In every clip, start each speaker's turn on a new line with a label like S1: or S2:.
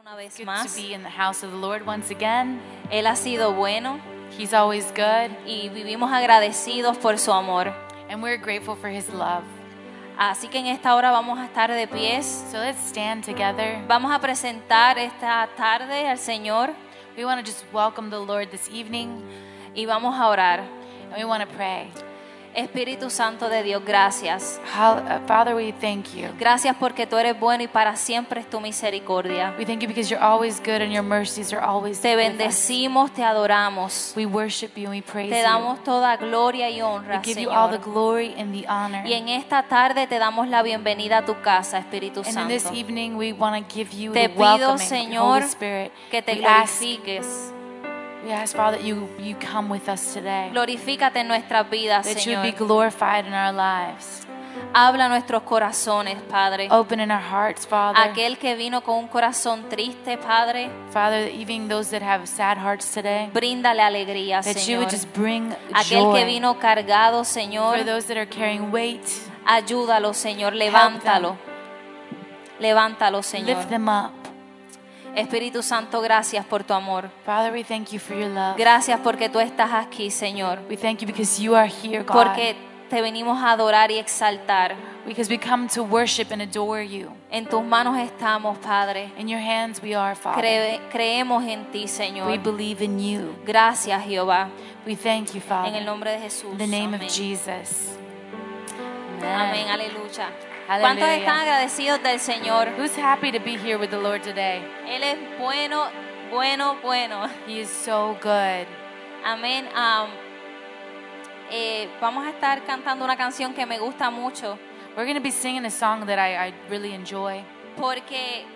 S1: una vez
S2: Good to
S1: más.
S2: be in the house of the Lord once again.
S1: Él ha sido bueno
S2: He's always good,
S1: y vivimos agradecidos por su amor.
S2: and we're grateful for His love.
S1: Así que en esta hora vamos a estar de pies.
S2: So let's stand together.
S1: Vamos a presentar esta tarde al Señor
S2: We want to just welcome the Lord this evening,
S1: y vamos a orar.
S2: and we want to pray.
S1: Espíritu Santo de Dios, gracias.
S2: How, uh, Father, we thank you.
S1: Gracias porque tú eres bueno y para siempre es tu misericordia.
S2: We thank you because you're always good, and your mercies are always
S1: Te
S2: with us.
S1: bendecimos, te adoramos.
S2: We worship you and we praise
S1: Te
S2: you.
S1: damos toda gloria y
S2: We
S1: honra,
S2: give you all the
S1: Señor.
S2: glory and the honor.
S1: Y en esta tarde te damos la bienvenida a tu casa, Espíritu
S2: And in this
S1: Santo.
S2: evening, we want to give you
S1: Te
S2: the welcoming
S1: pido,
S2: of the
S1: Señor,
S2: Holy Spirit.
S1: que te
S2: we, ask,
S1: glorifiques.
S2: we ask, Father, that you, you come with us today.
S1: Glorifícate en nuestras vidas,
S2: that you would
S1: Señor.
S2: be glorified in our lives.
S1: Habla a nuestros corazones, Padre.
S2: Open in our hearts, Oh, Father.
S1: Aquel que vino con un corazón triste, Padre,
S2: Father, even those that have sad hearts today,
S1: bríndale alegría,
S2: that you
S1: Señor.
S2: would just bring
S1: Aquel
S2: joy.
S1: que vino cargado,
S2: For
S1: Señor,
S2: those that are carrying weight,
S1: ayúdalo, Señor. Levántalo. Levántalo, Señor.
S2: lift them up.
S1: Espíritu Santo, gracias por tu amor.
S2: Father, we thank you for your love.
S1: Gracias porque tú estás aquí, Señor.
S2: We thank you because you are here, God.
S1: Porque te venimos a adorar y exaltar.
S2: because we come to worship and adore you.
S1: En tus manos estamos, Padre.
S2: In your hands we are, Father.
S1: Cre- creemos en ti,
S2: we
S1: Señor.
S2: believe in you.
S1: Gracias, Jehová.
S2: We thank you, Father.
S1: En el nombre de Jesús.
S2: in the name of
S1: Amén.
S2: Jesus.
S1: Amén, aleluya.
S2: Aleluya.
S1: ¿Cuántos están agradecidos del Señor?
S2: Who's happy to be here with the Lord today?
S1: Él es bueno, bueno, bueno.
S2: He is so good.
S1: Amén. Am, eh, vamos a estar cantando una canción que me gusta mucho
S2: We're going to be singing a song that I, I really enjoy.
S1: porque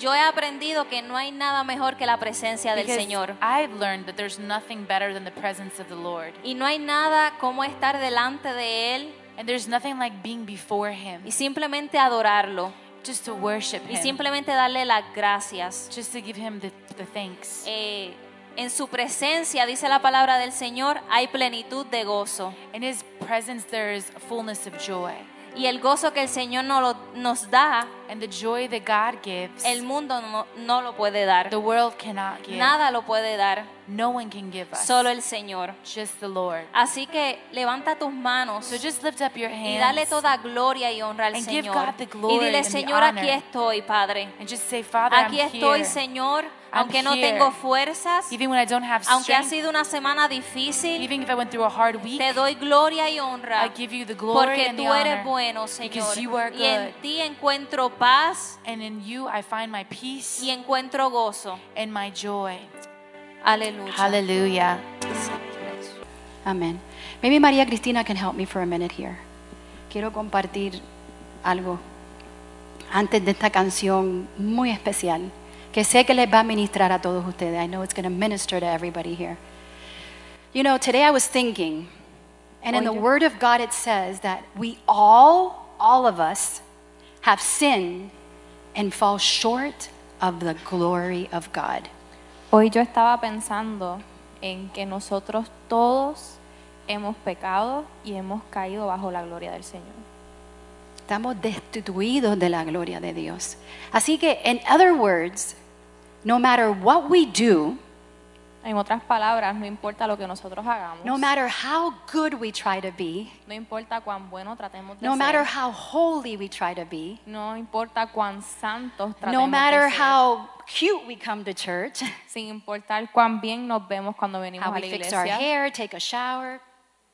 S1: yo he aprendido que no hay nada mejor que la presencia del
S2: Because
S1: Señor.
S2: I've learned that there's nothing better than the presence of the Lord.
S1: Y no hay nada como estar delante de Él
S2: And there's nothing like being before Him,
S1: y simplemente adorarlo
S2: just to worship
S1: y
S2: Him,
S1: simplemente darle las gracias.
S2: just to give Him the, the thanks.
S1: Eh, en su presencia, dice la palabra del Señor, hay plenitud de gozo.
S2: In His presence, there is fullness of joy.
S1: Y el gozo que el Señor no lo- nos da,
S2: And the joy that God gives,
S1: el mundo no, no lo puede dar.
S2: the world cannot give.
S1: Nada lo puede dar,
S2: No one can give us,
S1: solo el Señor.
S2: just the Lord.
S1: Así que levanta tus manos
S2: So just lift up your
S1: y dale
S2: hands
S1: toda gloria y honra al
S2: And give
S1: Señor.
S2: God the glory
S1: Y dile,
S2: and the
S1: Señor, aquí
S2: honor.
S1: estoy, Padre.
S2: and just say, Father,
S1: Aquí
S2: I'm
S1: estoy,
S2: here.
S1: Señor, aunque no
S2: here.
S1: tengo fuerzas,
S2: Even when I don't have
S1: aunque ha
S2: strength,
S1: sido una semana difícil,
S2: even if I went through a hard week,
S1: te doy gloria y
S2: I
S1: honra.
S2: give you the glory
S1: Porque
S2: and the
S1: tú eres
S2: honor.
S1: bueno, Señor.
S2: because you are
S1: Y en
S2: good.
S1: ti encuentro paz
S2: And in you I find my peace
S1: y encuentro gozo.
S2: and my joy.
S1: Aleluya.
S2: Hallelujah.
S3: Amén. Maybe María Cristina can help me for a minute here. Quiero compartir algo antes de esta canción muy especial que sé que les va a ministrar a todos ustedes. I know it's going to minister to everybody here. You know, today I was thinking, and in the Word of God it says that we all, all of us, have sinned and fall short of the glory of God.
S4: Hoy yo estaba pensando en que nosotros todos hemos pecado y hemos caído bajo la gloria del Señor.
S3: Estamos destituidos de la gloria de Dios. Así que, in other words, no matter what we do,
S4: En otras palabras, no importa lo que nosotros hagamos,
S3: no matter how good we try to be,
S4: no importa cuán bueno tratemos de
S3: no
S4: ser,
S3: matter how holy we try to be,
S4: no importa cuán santos tratemos
S3: no matter
S4: de ser,
S3: how cute we come to church,
S4: sin importar cuán bien nos vemos cuando venimos
S3: how
S4: a la
S3: we fix our
S4: iglesia,
S3: hair, take a shower,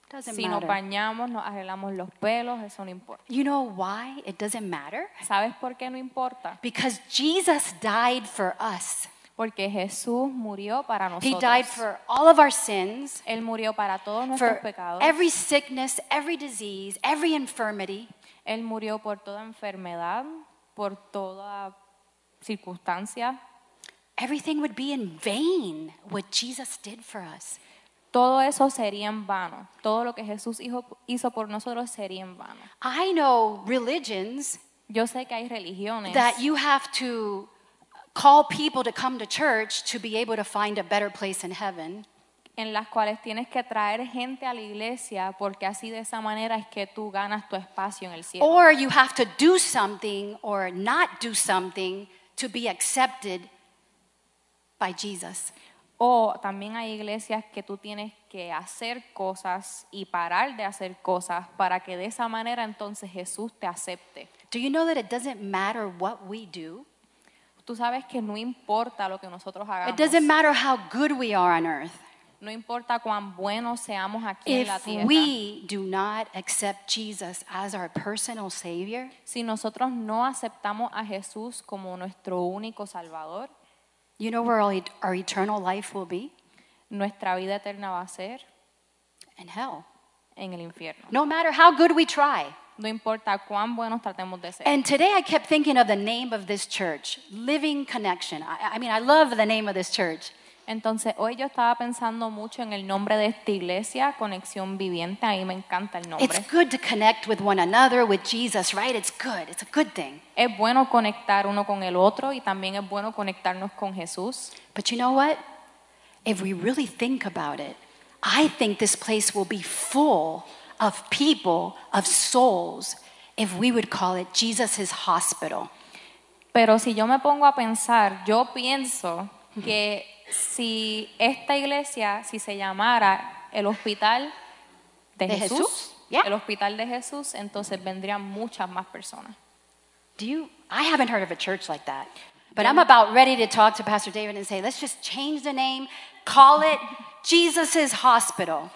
S3: doesn't
S4: si nos
S3: matter.
S4: bañamos, nos arreglamos los pelos, eso no importa.
S3: You know why it doesn't matter?
S4: ¿Sabes por qué no importa?
S3: Because Jesus died for us.
S4: Porque Jesús murió para
S3: He
S4: nosotros.
S3: died for all of our sins.
S4: Él murió para todos nuestros
S3: for
S4: pecados.
S3: every sickness, every disease, every infirmity.
S4: Él murió por toda enfermedad, por toda circunstancia.
S3: Everything would be in vain what Jesus did for us.
S4: Todo eso sería en vano. Todo lo que Jesús hizo, hizo por nosotros sería en vano.
S3: I know religions
S4: Yo sé que hay religiones
S3: that you have to call people to come to church to be able to find a better place in heaven.
S4: en las cuales tienes que traer gente a la iglesia porque así de esa manera es que tú
S3: Oh.
S4: ganas tu espacio en el cielo.
S3: Or you have to do something or not do something to be accepted by Jesus.
S4: O también hay iglesias que tú tienes que hacer cosas y parar de hacer cosas para que de esa manera entonces Jesús te acepte.
S3: Do you know that it doesn't matter what we do?
S4: Tú sabes que no importa lo que nosotros
S3: It doesn't
S4: hagamos,
S3: matter how good we are on earth.
S4: no importa cuán buenos seamos aquí en la
S3: If
S4: tierra.
S3: we do not accept Jesus as our personal Savior,
S4: Si nosotros no aceptamos a Jesús como nuestro único Salvador,
S3: you know where all et- our eternal life will be?
S4: nuestra vida eterna va a ser
S3: In hell.
S4: en el infierno.
S3: No matter how good we try.
S4: No importa cuán buenos tratemos de ser.
S3: And today I kept thinking of the name of this church, Living Connection. I, I mean, I love the name of this church.
S4: Entonces, hoy yo estaba pensando mucho en el nombre de esta iglesia, Conexión Viviente, a mí me encanta el nombre.
S3: It's good to connect with one another, with Jesus, right? It's good. It's a good thing.
S4: Es bueno conectar uno con el otro y también es bueno conectarnos con Jesús.
S3: But you know what? If we really think about it, I think this place will be full of people, of souls, if we would call it Jesus' hospital.
S4: Pero si yo me pongo a pensar, yo pienso que si esta iglesia, si se llamara el hospital de,
S3: ¿De
S4: Jesús,
S3: Jesús? Yeah.
S4: el hospital de Jesús, entonces vendrían muchas más personas.
S3: Do you? I haven't heard of a church like that. But I'm about ready to talk to Pastor David and say, let's just change the name, call it Jesus' Hospital.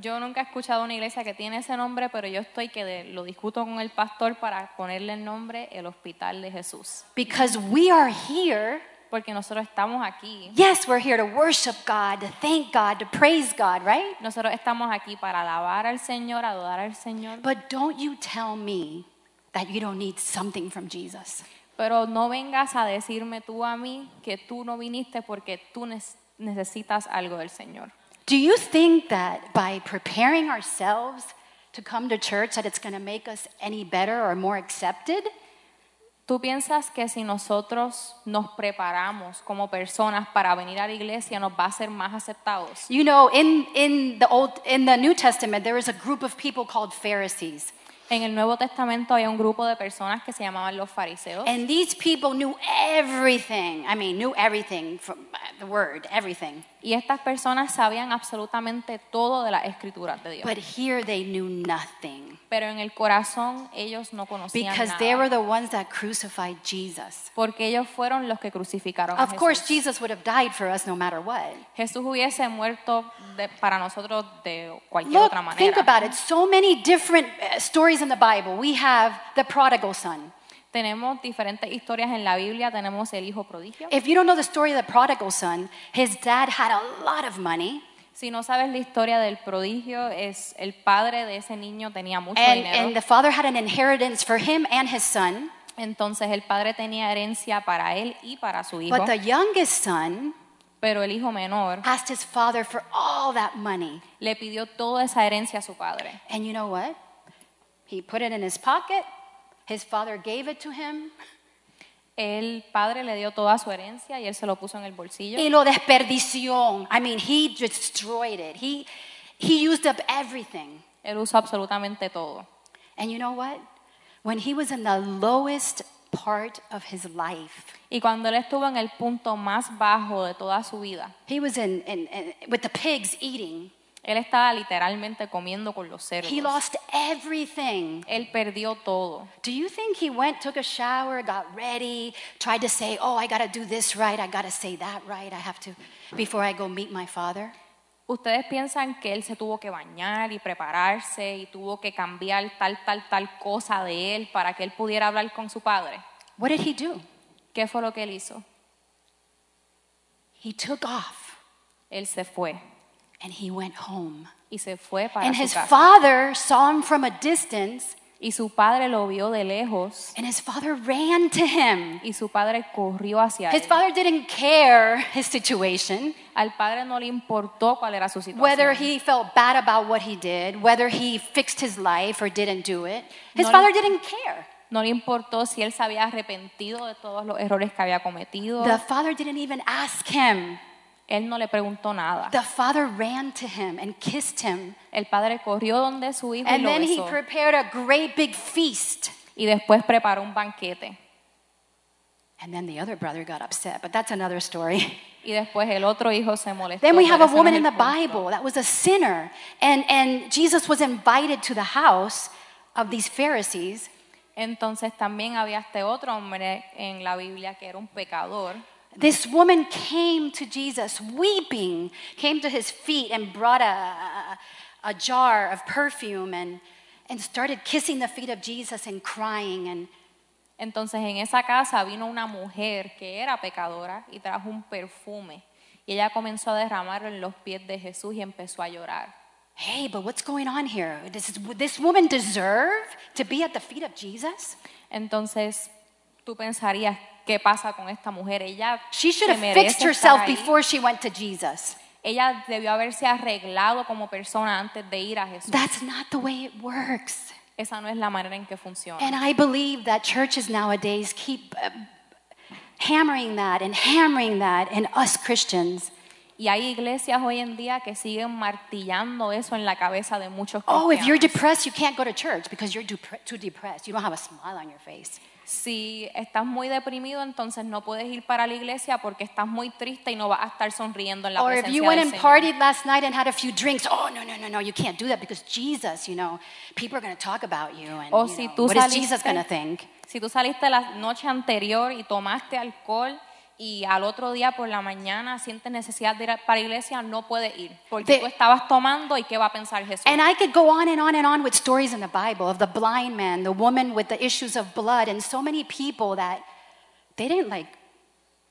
S4: Yo nunca he escuchado una iglesia que tiene ese nombre, pero yo estoy que de- lo discuto con el pastor para ponerle el nombre el hospital de Jesús.
S3: Because we are here.
S4: Porque nosotros estamos aquí.
S3: Yes, we're here to worship God, to thank God, to praise God, right?
S4: Nosotros estamos aquí para alabar al Señor, adorar al Señor.
S3: But don't you tell me that you don't need something from Jesus.
S4: Pero no vengas a decirme tú a mí que tú no viniste porque tú nes- necesitas algo del Señor.
S3: Do you think that by preparing ourselves to come to church that it's going to make us any better or more accepted?
S4: ¿Tú piensas que si nosotros nos preparamos como personas para venir a la iglesia nos va a ser más aceptados?
S3: You know, in, in, the old, in the New Testament, there was a group of people called Pharisees.
S4: En el Nuevo Testamento había un grupo de personas que se llamaban los fariseos
S3: And these people knew everything. I mean, knew everything from uh, the word, everything.
S4: y estas personas sabían absolutamente todo de las escrituras de Dios.
S3: But here they knew nothing
S4: Pero en el corazón ellos no conocían
S3: because they
S4: nada.
S3: were the ones that crucified Jesus.
S4: Porque ellos fueron los que crucificaron a
S3: Of course,
S4: Jesús.
S3: Jesus would have died for us no matter what.
S4: Jesús hubiese muerto de- para nosotros de cualquier
S3: Look,
S4: otra manera.
S3: think about it. So many different uh, stories in the Bible. We have the prodigal son.
S4: Tenemos diferentes historias en la Biblia, tenemos el hijo prodigio.
S3: If you don't know the story of the prodigal son, his dad had a lot of money,
S4: Si no sabes la historia del prodigio, es el padre de ese niño tenía mucho
S3: and,
S4: dinero.
S3: and the father had an inheritance for him and his son.
S4: Entonces el padre tenía herencia para él y para su hijo.
S3: But the youngest son
S4: Pero el hijo menor
S3: asked his father for all that money.
S4: le pidió toda esa herencia a su padre.
S3: And you know what? He put it in his pocket. His father gave it to him.
S4: El padre le dio toda su herencia y él se lo puso en el bolsillo.
S3: Y lo desperdició. I mean, he destroyed it. He, he used up everything.
S4: Él usó absolutamente todo.
S3: And you know what? When he was in the lowest part of his life,
S4: Y cuando él estuvo en el punto más bajo de toda su vida,
S3: he was in, in, in with the pigs eating.
S4: él estaba literalmente comiendo con los
S3: He
S4: cerdos.
S3: lost everything.
S4: Él perdió todo.
S3: Do you think he went, took a shower, got ready, tried to say, "Oh, I got to do this right. I got to say that right. I have to before I go meet my father."
S4: Ustedes piensan que él se tuvo que bañar y prepararse y tuvo que cambiar tal, tal, tal cosa de él para que él pudiera hablar con su padre.
S3: What did he do?
S4: ¿Qué fue lo que él hizo?
S3: He took off
S4: Él se fue
S3: and he went home.
S4: y se fue para
S3: And
S4: su
S3: his
S4: casa.
S3: father saw him from a distance,
S4: y su padre lo vio de lejos
S3: and his father ran to him.
S4: y su padre corrió hacia
S3: His
S4: él.
S3: father didn't care his situation,
S4: Al padre no le importó cuál era su situación.
S3: whether he felt bad about what he did, whether he fixed his life or didn't do it. His
S4: No le-
S3: father didn't care.
S4: no le importó si él se había arrepentido de todos los errores que había cometido.
S3: The father didn't even ask him.
S4: él no le preguntó nada.
S3: The father ran to him and kissed him.
S4: El padre corrió donde su hijo y
S3: And
S4: lo
S3: then he
S4: besó.
S3: prepared a great big feast.
S4: y después preparó un banquete.
S3: And then the other brother got upset, but that's another story.
S4: Y después el otro hijo se molestó.
S3: Then we
S4: pero
S3: have a
S4: ese no
S3: woman
S4: es
S3: in the
S4: el punto.
S3: Bible that was a sinner, and, and Jesus was invited to the house of these Pharisees,
S4: Entonces también había este otro hombre en la Biblia que era un pecador.
S3: This woman came to Jesus weeping, came to his feet and brought a, a, a jar of perfume and, and started kissing the feet of Jesus and crying. And
S4: Entonces en esa casa vino una mujer que era pecadora y trajo un perfume. Y ella comenzó a derramarlo en los pies de Jesús y empezó a llorar.
S3: hey, but what's going on here? Does this, would this woman deserve to be at the feet of Jesus?
S4: Entonces tú pensarías, ¿qué pasa con esta mujer? Ella
S3: She should
S4: se
S3: have
S4: merece
S3: fixed
S4: estar
S3: herself
S4: ahí.
S3: before she went to Jesus.
S4: Ella debió haberse arreglado como persona antes de ir a Jesús.
S3: That's not the way it works.
S4: Esa no es la manera en que funciona.
S3: And I believe that churches nowadays keep uh, hammering that and hammering that, and us Christians.
S4: Y hay iglesias hoy en día que siguen martillando eso en la cabeza de muchos
S3: Oh, if you're
S4: cristianos.
S3: depressed, you can't go to church because you're depre- too depressed. You don't have a smile on your face.
S4: Si estás muy deprimido, entonces no puedes ir para la iglesia porque estás muy triste y no vas a estar sonriendo en la
S3: Or if
S4: presencia
S3: you went
S4: del
S3: and
S4: Señor.
S3: partied last night and had a few drinks, oh, no, no, no, no, you can't do that because Jesus, you know, people are going to talk about you. And you
S4: O Oh, si
S3: know,
S4: tú
S3: what is Jesus
S4: saliste-
S3: going to think?
S4: Si tú saliste la noche anterior y tomaste alcohol y al otro día por la mañana sientes necesidad de ir a- para la iglesia, no puedes ir porque
S3: De-
S4: tú estabas tomando y qué va a pensar Jesús.
S3: And I could go on and on and on with stories in the Bible of the blind man, the woman with the issues of blood, and so many people that they didn't like,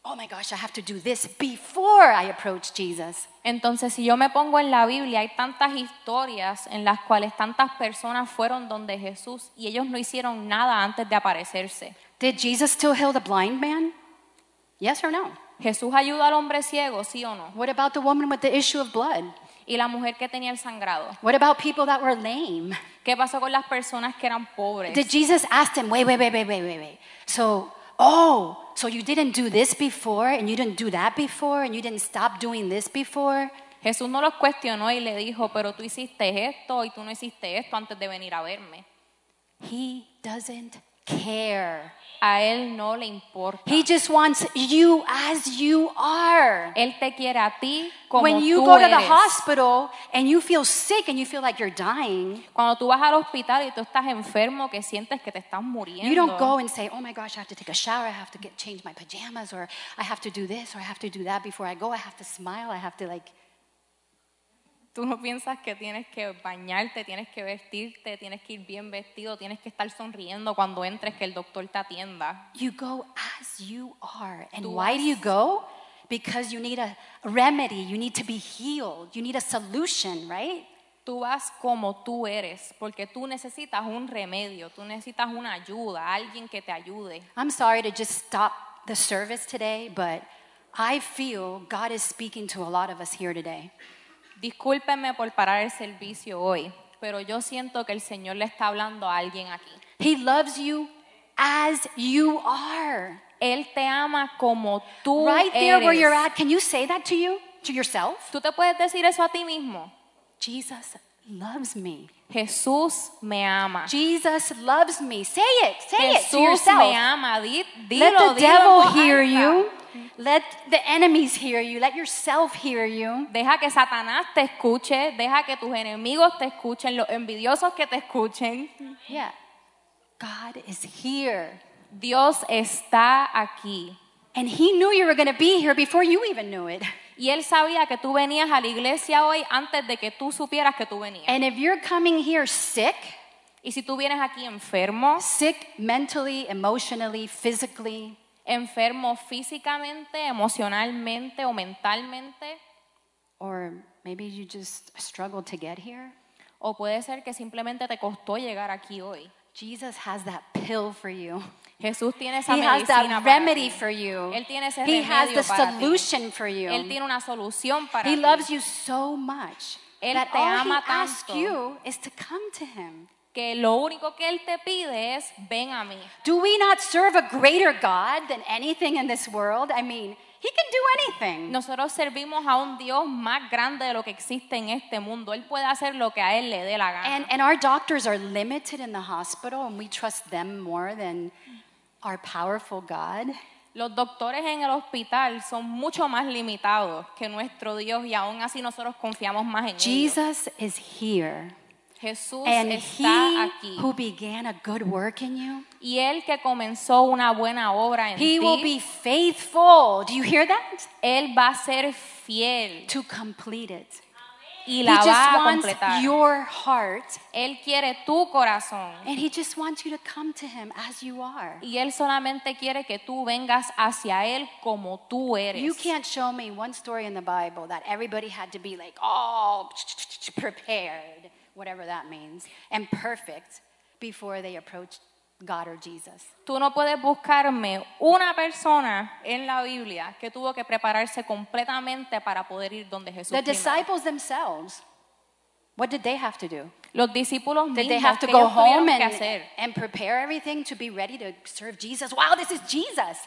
S3: oh my gosh, I have to do this before I approach Jesus.
S4: Entonces, si yo me pongo en la Biblia, hay tantas historias en las cuales tantas personas fueron donde Jesús y ellos no hicieron nada antes de aparecerse.
S3: Did Jesus still heal the blind man? Yes or no?
S4: Jesús ayuda al hombre ciego, sí o no.
S3: What about the woman with the issue of blood?
S4: Y la mujer que tenía el sangrado.
S3: What about people that were lame?
S4: ¿Qué pasó con las personas que eran pobres?
S3: Did Jesus ask them, wait, wait, wait, wait, wait, wait, wait. So, oh, so you didn't do this before, and you didn't do that before, and you didn't stop doing this before?
S4: Jesús no los cuestionó y le dijo, pero tú hiciste esto y tú no hiciste esto antes de venir a verme.
S3: He doesn't care.
S4: A él no le importa.
S3: He just wants you as you are.
S4: Él te quiere a ti como
S3: when you
S4: tú
S3: go to the
S4: eres.
S3: hospital and you feel sick and you feel like you're dying,
S4: Cuando tú vas al hospital y tú estás enfermo, que sientes que te estás muriendo.
S3: you don't go and say, "Oh my gosh, I have to take a shower, I have to get change my pajamas or I have to do this or I have to do that before I go. I have to smile, I have to like
S4: Tú no piensas que tienes que bañarte, tienes que vestirte, tienes que ir bien vestido, tienes que estar sonriendo cuando entres, que el doctor te atienda.
S3: You go as you are. And
S4: Tú
S3: why do you
S4: vas-
S3: go? Because you need a remedy. You need to be healed. You need a solution, right?
S4: Tú vas como tú eres, porque tú necesitas un remedio, tú necesitas una ayuda, alguien que te ayude.
S3: I'm sorry to just stop the service today, but I feel God is speaking to a lot of us here today.
S4: Discúlpenme por parar el servicio hoy, pero yo siento que el Señor le está hablando a alguien aquí.
S3: He loves you as you are.
S4: Él te ama como tú
S3: Right there
S4: eres.
S3: where you're at, can you say that to you, to yourself?
S4: Tú te puedes decir eso a ti mismo.
S3: Jesus loves me.
S4: Jesús me ama.
S3: Jesus loves me. Say it. Say it to
S4: Jesús
S3: yourself.
S4: me ama. Di, dilo,
S3: Let the
S4: dilo en
S3: devil
S4: voz
S3: hear
S4: alta.
S3: you. Let the enemies hear you. Let yourself hear you.
S4: Deja que Satanás te escuche, deja que tus enemigos te escuchen, los envidiosos que te escuchen.
S3: Yeah. God is here.
S4: Dios está aquí.
S3: And He knew you were going to be here before you even knew it.
S4: Y él sabía que tú venías a la iglesia hoy antes de que tú supieras que tú venías.
S3: And if you're coming here sick,
S4: Y si tú vienes aquí enfermo,
S3: sick mentally, emotionally, physically,
S4: enfermo físicamente, emocionalmente o mentalmente,
S3: or maybe you just struggled to get here,
S4: o puede ser que simplemente te costó llegar aquí hoy.
S3: Jesus has that pill for you.
S4: Jesús tiene esa
S3: He has
S4: medicina
S3: that
S4: para
S3: remedy
S4: ti.
S3: for you.
S4: Él tiene ese
S3: He has
S4: remedio
S3: the
S4: para ti.
S3: solution for you.
S4: Él tiene una solución para
S3: He
S4: ti.
S3: loves you so much
S4: Él
S3: that
S4: te
S3: all he
S4: ama
S3: asks
S4: tanto.
S3: you is to come to him.
S4: que lo único que él te pide es ven a mí.
S3: Do we not serve a greater God than anything in this world? I mean, he can do anything.
S4: Nosotros servimos a un Dios más grande de lo que existe en este mundo. Él puede hacer lo que a él le dé la gana.
S3: And, and our doctors are limited in the hospital, and we trust them more than our powerful God.
S4: Los doctores en el hospital son mucho más limitados que nuestro Dios y aún así nosotros confiamos más en ellos.
S3: Jesus is here.
S4: Jesús
S3: And
S4: está
S3: he
S4: aquí
S3: who began a good work in you,
S4: y él que comenzó una buena obra en
S3: he will
S4: ti,
S3: be faithful. Do you hear that?
S4: él va a ser fiel
S3: To complete it.
S4: y
S3: He
S4: la
S3: just
S4: va a
S3: wants
S4: completar.
S3: your heart,
S4: Él quiere tu corazón
S3: and he just wants you to come to him as you are.
S4: y él solamente quiere que tú vengas hacia él como tú eres.
S3: You can't show me one story in the Bible that everybody had to be like all prepared, whatever that means, and perfect before they approached God or Jesus.
S4: Tú no puedes buscarme una persona en la Biblia que tuvo que prepararse completamente para poder ir donde Jesús.
S3: The
S4: primero.
S3: disciples themselves, what did they have to do?
S4: Los discípulos mismos
S3: Did they have to
S4: ¿qué
S3: go
S4: ellos tuvieron
S3: home
S4: que
S3: and,
S4: hacer.
S3: and prepare everything to be ready to serve Jesus? Wow, this is Jesus.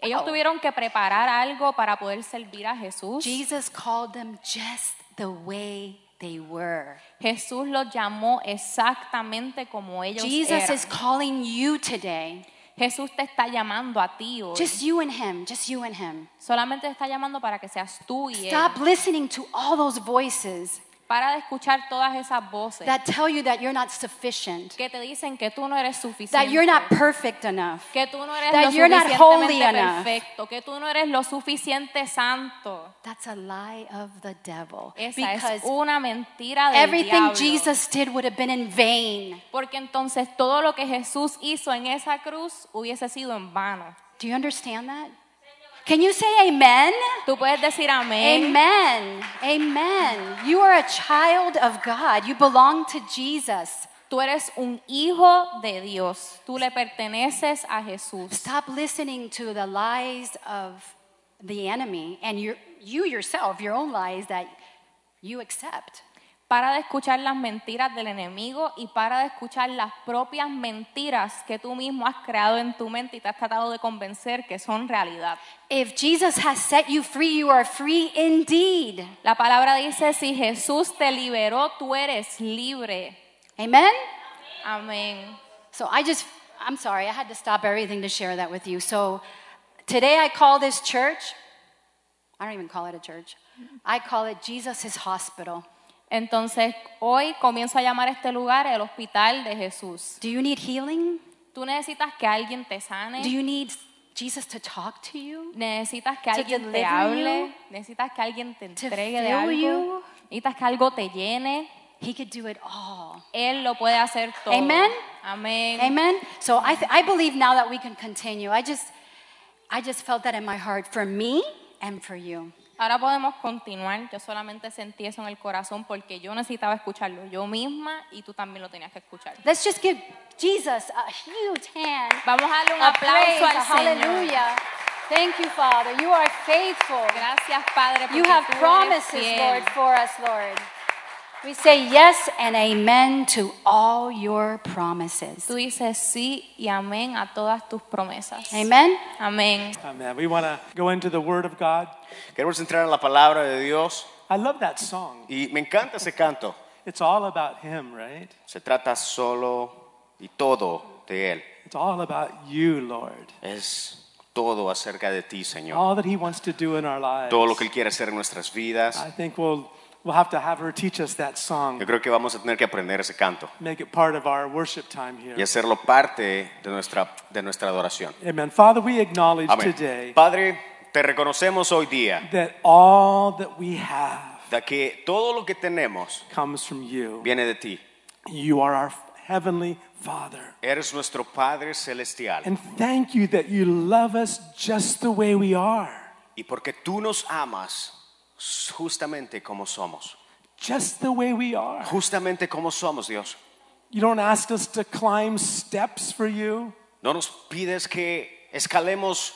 S4: Ellos
S3: Wow.
S4: tuvieron que preparar algo para poder servir a Jesús.
S3: Jesus called them just the way they were.
S4: Jesús los llamó exactamente como ellos
S3: Jesus
S4: eran.
S3: is calling you today.
S4: Jesús te está llamando a ti hoy.
S3: Just you and him, just you and him.
S4: Solamente te está llamando para que seas tú y él.
S3: Stop listening to all those voices
S4: Para de escuchar todas esas voces
S3: that tell you that you're not sufficient,
S4: que te dicen que tú no eres
S3: that you're
S4: suficiente.
S3: not perfect enough.
S4: que tú no eres
S3: that
S4: lo
S3: you're not
S4: suficientemente
S3: holy enough.
S4: perfecto, que tú no eres lo suficiente santo.
S3: That's a lie of the devil.
S4: Esa
S3: Because
S4: es una mentira del
S3: everything
S4: diablo.
S3: Jesus did would have been in vain.
S4: Porque entonces todo lo que Jesús hizo en esa cruz hubiese sido en vano.
S3: Do you understand that? Can you say amen?
S4: Tú puedes decir amén.
S3: Amen. Amen. You are a child of God. You belong to Jesus.
S4: Tú eres un hijo de Dios. Tú le perteneces a Jesús.
S3: Stop listening to the lies of the enemy and your, you yourself, your own lies that you accept.
S4: Para de escuchar las mentiras del enemigo y para de escuchar las propias mentiras que tú mismo has creado en tu mente y te has tratado de convencer que son realidad.
S3: If Jesus has set you free, you are free indeed.
S4: La palabra dice, si Jesús te liberó, tú eres libre.
S3: Amen?
S4: Amén.
S3: So I just, I'm sorry, I had to stop everything to share that with you. So today I call this church, I don't even call it a church, I call it Jesus' hospital.
S4: Entonces, hoy comienzo a llamar a este lugar el hospital de Jesús.
S3: Do you need healing?
S4: Tú necesitas que alguien te
S3: Do
S4: sane,
S3: you need Jesus to talk to you?
S4: necesitas que
S3: To
S4: alguien te
S3: deliver
S4: hable,
S3: you?
S4: necesitas que alguien te
S3: To
S4: entregue de
S3: fill
S4: algo,
S3: you?
S4: necesitas que algo te llene.
S3: He could do it all.
S4: Él lo puede hacer todo.
S3: Amen.
S4: Amén.
S3: Amen. So I, th- I believe now that we can continue. I just, I just felt that in my heart for me and for you.
S4: Ahora podemos continuar. Yo solamente sentí eso en el corazón porque yo necesitaba escucharlo yo misma y tú también lo tenías que escuchar.
S3: Let's just give Jesus a huge hand.
S4: Vamos a darle un
S3: A praise,
S4: aplauso
S3: a
S4: al Señor.
S3: hallelujah. Thank you, Father. You are faithful.
S4: Gracias, Padre, porque
S3: You have
S4: tú eres
S3: promises,
S4: fiel.
S3: Lord, for us, Lord. We say yes and amen to all your
S4: Tú
S3: promises.
S4: dices sí y amén a todas tus promesas.
S3: Amen.
S4: Amén.
S5: Amen. Oh, We want to go into the Word of God.
S6: Queremos entrar en la palabra de Dios
S5: I love that song.
S6: y me encanta ese canto.
S5: It's all about Him, right?
S6: Se trata solo y todo de Él.
S5: It's all about you, Lord.
S6: Es todo acerca de ti, Señor.
S5: All that He wants to do in our lives.
S6: Todo lo que Él quiere hacer en nuestras vidas.
S5: I think we'll, we'll have to have her teach us that
S6: Yo
S5: song,
S6: creo que vamos a tener que aprender ese canto
S5: make it part of our worship time here.
S6: y hacerlo parte de nuestra, de nuestra adoración.
S5: Amen. Father, we acknowledge
S6: Amén.
S5: today
S6: Padre, te reconocemos hoy día
S5: that all that we have
S6: de que todo lo que tenemos
S5: comes from you.
S6: viene de ti.
S5: You are our Heavenly Father.
S6: Eres nuestro Padre Celestial.
S5: And thank you that you love us just the way we are.
S6: Y porque tú nos amas justamente como somos.
S5: Just the way we are.
S6: Justamente como somos, Dios.
S5: You don't ask us to climb steps for you.
S6: No nos pides que escalemos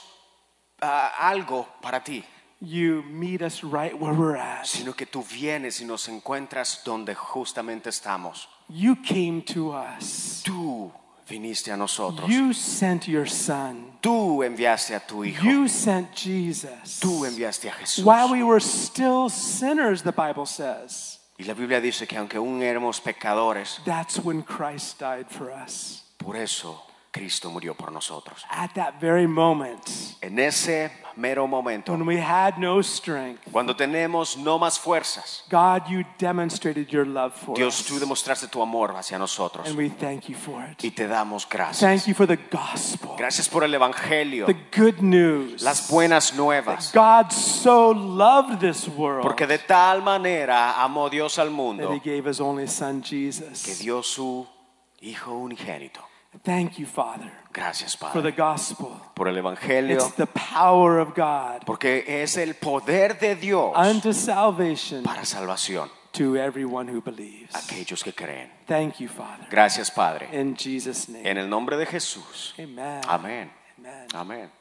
S6: ah, algo para ti,
S5: You meet us right where we're at.
S6: sino que tú vienes y nos encuentras donde justamente estamos.
S5: You came to us.
S6: Tú viniste a nosotros.
S5: You sent your son.
S6: Tú enviaste a tu hijo.
S5: You sent Jesus.
S6: Tú enviaste a Jesús.
S5: While we were still sinners, the Bible says,
S6: Y la Biblia dice que aunque aún éramos pecadores,
S5: that's when Christ died for us.
S6: por eso Cristo murió por nosotros.
S5: At that very moment,
S6: En ese mero momento,
S5: when we had no strength,
S6: cuando tenemos no más fuerzas,
S5: God, you demonstrated your love for
S6: Dios, tú
S5: us.
S6: demostraste tu amor hacia nosotros
S5: And we thank you for
S6: y
S5: it.
S6: te damos gracias.
S5: Thank you for the gospel,
S6: Gracias por el Evangelio,
S5: the good news.
S6: las buenas
S5: that
S6: nuevas,
S5: God so loved this world
S6: porque de tal manera amó Dios al
S5: that He
S6: mundo
S5: gave His only Son,
S6: que
S5: Jesus.
S6: dio su Hijo unigénito.
S5: Thank you, Father,
S6: Gracias,
S5: for the
S6: Padre,
S5: gospel.
S6: por el
S5: It's
S6: Evangelio,
S5: the power of God
S6: porque es el poder de Dios
S5: unto salvation
S6: para salvación
S5: to everyone who believes.
S6: a aquellos que creen.
S5: Thank you, Father.
S6: Gracias, Padre.
S5: In Jesus' name.
S6: En el nombre de Jesús.
S5: Amen.
S6: Amén.
S5: Amen.
S6: Amén.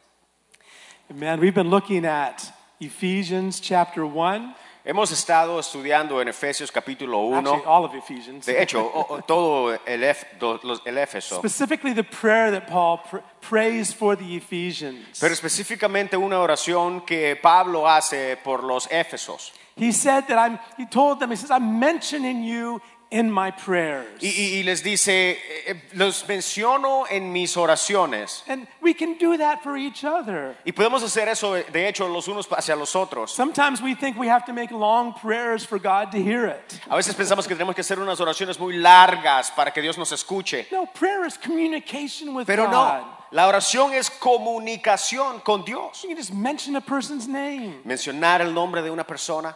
S5: Amen. We've been looking at Ephesians chapter 1.
S6: Hemos estado estudiando en Efesios capítulo
S5: Actually,
S6: 1.
S5: all of Ephesians.
S6: De hecho, o- o- todo el, Ef- do- los- el Éfeso.
S5: Specifically, the prayer that Paul pr- prays for the Ephesians.
S6: Pero específicamente una oración que Pablo hace por los Éfesos.
S5: He said that I'm, he told them, he says, I'm mentioning you in my prayers.
S6: Y, y- y les dice, eh, eh, los menciono en mis oraciones.
S5: And we can do that for each other.
S6: Y podemos hacer eso, de hecho, los unos hacia los otros.
S5: Sometimes we think we have to make long prayers for God to hear it.
S6: A veces pensamos que tenemos que hacer unas oraciones muy largas para que Dios nos escuche.
S5: No, prayer is communication with
S6: Pero
S5: God.
S6: no, la oración es comunicación con Dios.
S5: You can just mention a person's name
S6: Mencionar el nombre de una persona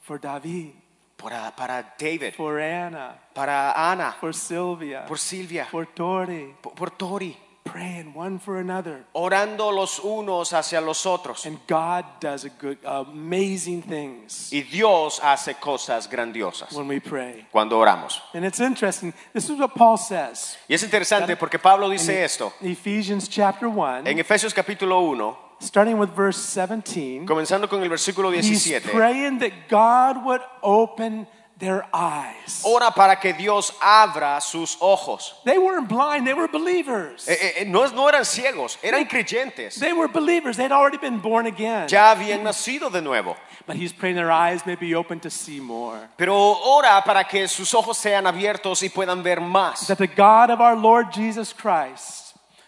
S5: for David,
S6: para, para David,
S5: for Anna,
S6: para Ana,
S5: for Sylvia,
S6: por Silvia,
S5: for Tori,
S6: por, por Tori.
S5: praying one for another.
S6: Orando los unos hacia los otros.
S5: And God does a good, amazing things
S6: Y Dios hace cosas grandiosas
S5: when we pray.
S6: cuando oramos.
S5: And it's interesting. This is what Paul says.
S6: Y es interesante porque Pablo
S5: in
S6: dice esto.
S5: Ephesians chapter 1,
S6: En Efesios capítulo 1,
S5: starting with verse 17,
S6: comenzando con el versículo
S5: he's
S6: 17,
S5: praying that God would open their eyes.
S6: ora para que Dios abra sus ojos.
S5: They weren't blind, they were believers.
S6: Eh, eh, eh, no, no eran ciegos, eran creyentes.
S5: They were believers, they'd already been born again.
S6: Ya habían nacido de nuevo.
S5: But he's praying their eyes may be open to see more.
S6: Pero ora para que sus ojos sean abiertos y puedan ver más.
S5: That the God of our Lord Jesus Christ,